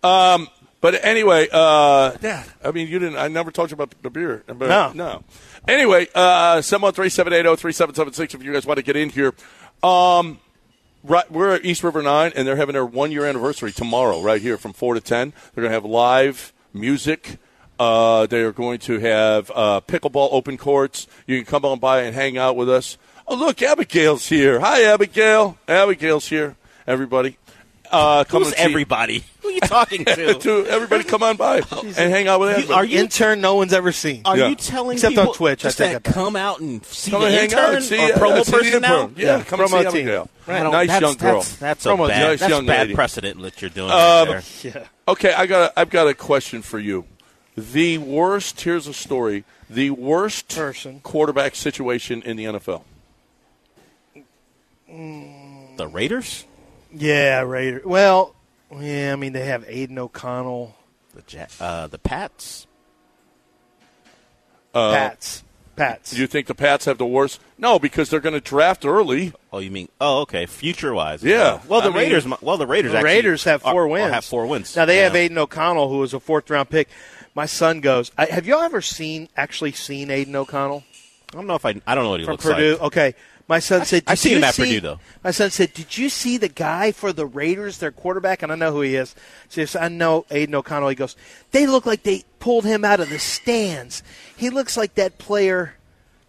D: Um, but anyway, uh, yeah, I mean, you didn't. I never told you about the beer. But
F: No.
D: no. Anyway, seven one three seven eight zero three seven seven six. If you guys want to get in here, um, right, we're at East River Nine, and they're having their one year anniversary tomorrow, right here from four to ten. They're going to have live music. Uh, they are going to have uh, pickleball open courts. You can come on by and hang out with us. Oh, look, Abigail's here. Hi, Abigail. Abigail's here. Everybody, uh, come
E: Who's
D: and see- Uh,
E: everybody? are you talking to?
D: to everybody come on by and hang out with
E: You- are you-
F: intern no one's ever seen?
E: Are you telling
F: Except
E: people
F: on Twitch, I
E: just
F: think.
E: that come out and see
D: Come
E: the
D: and hang
E: intern
D: out, see,
E: or
D: yeah,
E: promo
D: see the
E: person now?
D: intern. Yeah, Yeah, come promo see how we team. go.
E: I don't-
D: Nice
E: that's-
D: young girl.
E: That's, that's a
D: Promo
E: bad,
D: team. Nice
E: that's
D: young
E: bad
D: lady.
E: precedent that you're doing
D: Um,
E: right there.
D: Okay, I got. A, I've got a question for you. The worst. Here's a story. The worst Person. quarterback situation in the NFL.
E: The Raiders.
F: Yeah, Raider. Well, yeah, I mean they have Aiden O'Connell,
E: the Jet, uh, the Pats,
D: Uh,
F: Pats, Pats.
D: You think the Pats have the worst? No, because they're going to draft early.
E: Oh, you mean? Oh, okay. Future wise.
D: Yeah.
E: Well, the
D: I mean-
E: Raiders. mi- well, the Raiders.
F: The
E: actually
F: Raiders have
E: are-
F: four
E: are-
F: wins.
E: Have four wins.
F: Now they
E: Yeah.
F: have Aiden O'Connell, who was a fourth round pick. My son goes. I, have y'all ever seen actually seen Aiden O'Connell?
E: I don't know if I. I don't know what he
F: from
E: looks
F: Purdue.
E: like.
F: Okay, my son said.
E: I've
F: "Did
E: seen
F: you
E: him at
F: see-"
E: Purdue, though.
F: My son said, "Did you see the guy for the Raiders, their quarterback?" And I know who he is. So yes, I know Aiden O'Connell. He goes, "They look like they pulled him out of the stands. He looks like that player.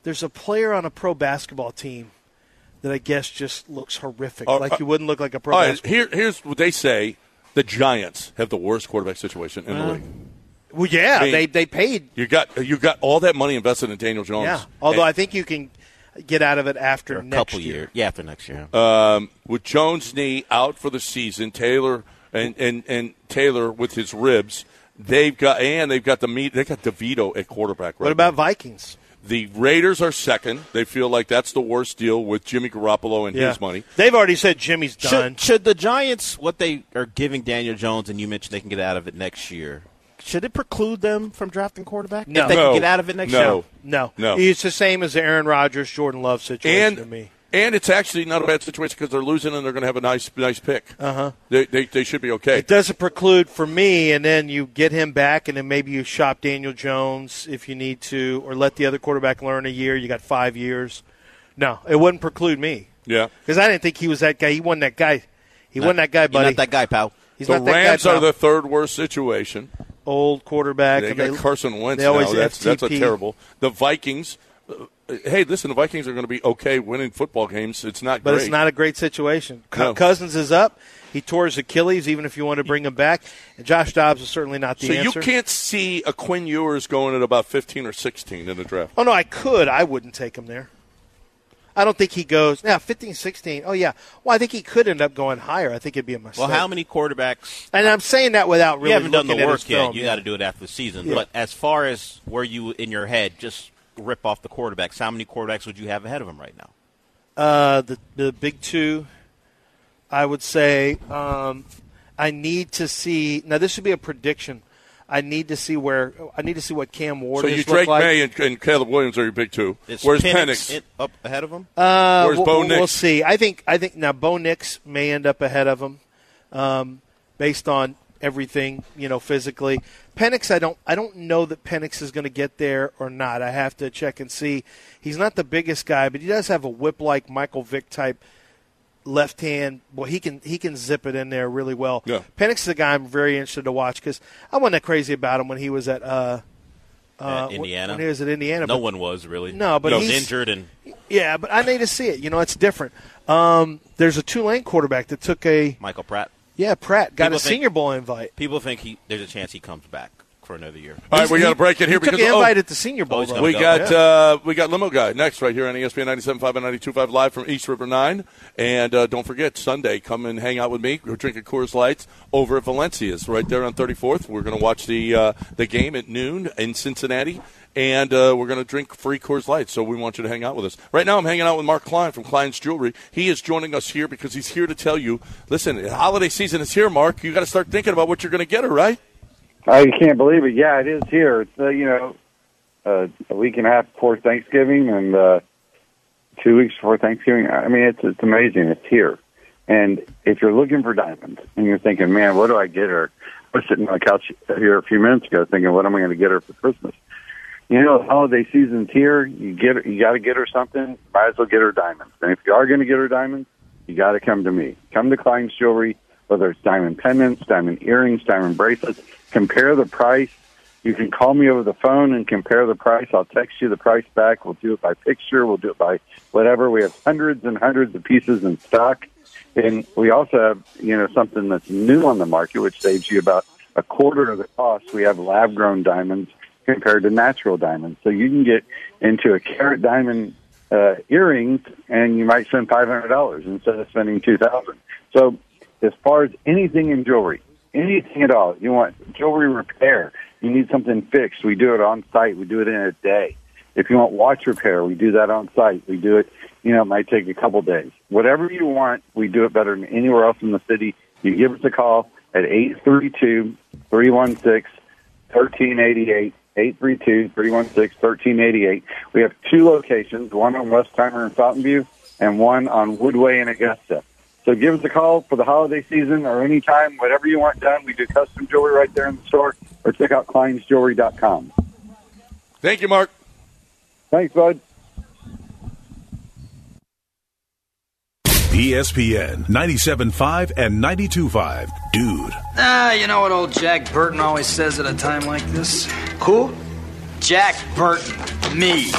F: There's a player on a pro basketball team that I guess just looks horrific.
D: All
F: like
D: right.
F: he wouldn't look like a pro
D: All right,
F: basketball.
D: here, here's what they say: the Giants have the worst quarterback situation in the
F: Well,
D: league.
F: Well, yeah,
D: I mean,
F: they they paid.
D: You got you got all that money invested in Daniel Jones.
F: Yeah, although I think you can get out of it after
E: A
F: next
E: couple
F: year. Uh,
E: year. Yeah, after next year.
D: Um, with Jones' knee out for the season, Taylor and, and, and Taylor with his ribs, they've got and they've got the meat. They got DeVito at quarterback. Right
F: What about Vikings?
D: the Raiders are second? They feel like that's the worst deal with Jimmy Garoppolo and his money.
F: They've already said Jimmy's done.
E: Should, should the Giants what they are giving Daniel Jones, and you mentioned they can get out of it next year. Should it preclude them from drafting quarterback?
F: No.
E: If they
D: No.
E: can get out of it next
D: No.
E: year.
F: No,
D: No.
F: It's the same as the Aaron Rodgers, Jordan Love situation
D: And-
F: to me.
D: And it's actually not a bad situation because they're losing and they're going to have a nice nice pick.
F: Uh huh.
D: They, they they should be okay.
F: It doesn't preclude for me, and then you get him back, and then maybe you shop Daniel Jones if you need to, or let the other quarterback learn a year. You got five years. No, it wouldn't preclude me
D: Yeah.
F: because I didn't think he was that guy. He wasn't that guy. He wasn't that guy,
E: You're
F: buddy.
E: not that guy, pal.
F: He's
D: the
F: not that
D: Rams
F: guy,
D: are
F: pal.
D: the third worst situation.
F: old quarterback.
D: They
F: and
D: got Carson Wentz
F: they always
D: now. That's that's a
F: FTP.
D: terrible. The Vikings. uh, Hey, listen, the Vikings are going to be okay winning football games. It's not
F: But
D: great.
F: it's not a great situation. Cou-
D: No.
F: Cousins is up. He tore his Achilles, even if you want to bring him back. And Josh Dobbs is certainly not the
D: so
F: answer.
D: you can't see a Quinn Ewers going at about fifteen or sixteen in the draft.
F: Oh, no, I could. I wouldn't take him there. I don't think he goes. Now, 15, 16. Oh, yeah. Well, I think he could end up going higher. I think it'd be a mistake.
E: Well, how many quarterbacks?
F: And I'm saying that without really
E: you haven't done the
F: looking at
E: work
F: his
E: yet.
F: film.
E: You got to do it after the season.
F: Yeah.
E: But as far as where you in your head, just rip off the quarterbacks. How many quarterbacks would you have ahead of him right now?
F: Uh, the the big two, I would say. Um, I need to see. Now, this would be a prediction. I need to see where. I need to see what Cam Ward
D: So
F: has
D: you
F: looked
D: Drake
F: like.
D: May and, and Caleb Williams are your big two.
E: Is
D: Where's
E: Penix
D: Penix?
E: in- up ahead of him?
F: Uh,
D: Where's
F: we'll,
D: Bo
F: we'll- we'll
D: Nix?
F: see. I think I think now Bo Nix may end up ahead of him, um, based on everything you know physically. Penix, I don't I don't know that Penix is going to get there or not. I have to check and see. He's not the biggest guy, but he does have a whip like Michael Vick type left hand. Boy, he can he can zip it in there really well.
D: Yeah.
F: Penix is a guy I'm very interested to watch because I wasn't that crazy about him when he was at. Uh, uh,
E: At Indiana?
F: When he was at Indiana,
E: no
F: but-
E: one was really.
F: No, but
E: he was
F: he's-
E: injured and
F: yeah, but I need to see it. You know, it's different. Um, there's a Tulane quarterback that took a
E: Michael Pratt.
F: yeah Pratt got
E: People
F: a
E: think-
F: Senior Bowl invite.
E: People think he there's a chance he comes back for another year.
D: All right, we got to break it here
F: he took
D: because
F: an
D: oh,
F: invite at the Senior Bowl.
E: he's
F: though.
E: gonna
D: We
E: go.
D: got
F: Yeah.
D: uh, we got limo guy next right here on E ESPN 97.5 and 92.5 live from East River Nine, and uh, don't forget Sunday come and hang out with me. We're drinking Coors Lights over at Valencia's right there on 34th. We're going to watch the uh, the game at noon in Cincinnati, and uh, we're going to drink free Coors Lights. So we want you to hang out with us. Right now, I'm hanging out with Mark Klein from Klein's Jewelry. He is joining us here because he's here to tell you. Listen, holiday season is here, Mark. You got to start thinking about what you're going to get her right.
K: I can't believe it. Yeah, it is here. It's uh, you know uh, a week and a half before Thanksgiving and uh, two weeks before Thanksgiving. I mean, it's it's amazing. It's here. And if you're looking for diamonds and you're thinking, man, what do I get her? I was sitting on the couch here a few minutes ago thinking, what am I going to get her for Christmas? You know, the holiday season's here. You get you got to get her something. Might as well get her diamonds. And if you are going to get her diamonds, you got to come to me. Come to Klein's Jewelry, whether it's diamond pendants, diamond earrings, diamond bracelets. Compare the price. You can call me over the phone and compare the price. I'll text you the price back. We'll do it by picture. We'll do it by whatever. We have hundreds and hundreds of pieces in stock.
I: And we also have, you know, something that's new on the market, which saves you about a quarter of the cost. We have lab grown diamonds compared to natural diamonds. So you can get into a carat diamond uh, earring and you might spend $500 instead of spending 2000 So as far as anything in jewelry, anything at all, you want jewelry repair, you need something fixed, we do it on site. We do it in a day. If you want watch repair, we do that on site. We do it, you know, it might take a couple days. Whatever you want, we do it better than anywhere else in the city. You give us a call at 832 316 1388. 832 316 1388. We have two locations, one on Westheimer and Fountain View, and one on Woodway and Augusta. So give us a call for the holiday season or any time, whatever you want done. We do custom jewelry right there in the store, or check out kleinsjewelry.com.
D: Thank you, Mark.
I: Thanks, bud.
B: E ESPN 97.5 and 92.5. Dude.
C: Ah, you know what old Jack Burton always says at a time like this? Who? Jack Burton. Me.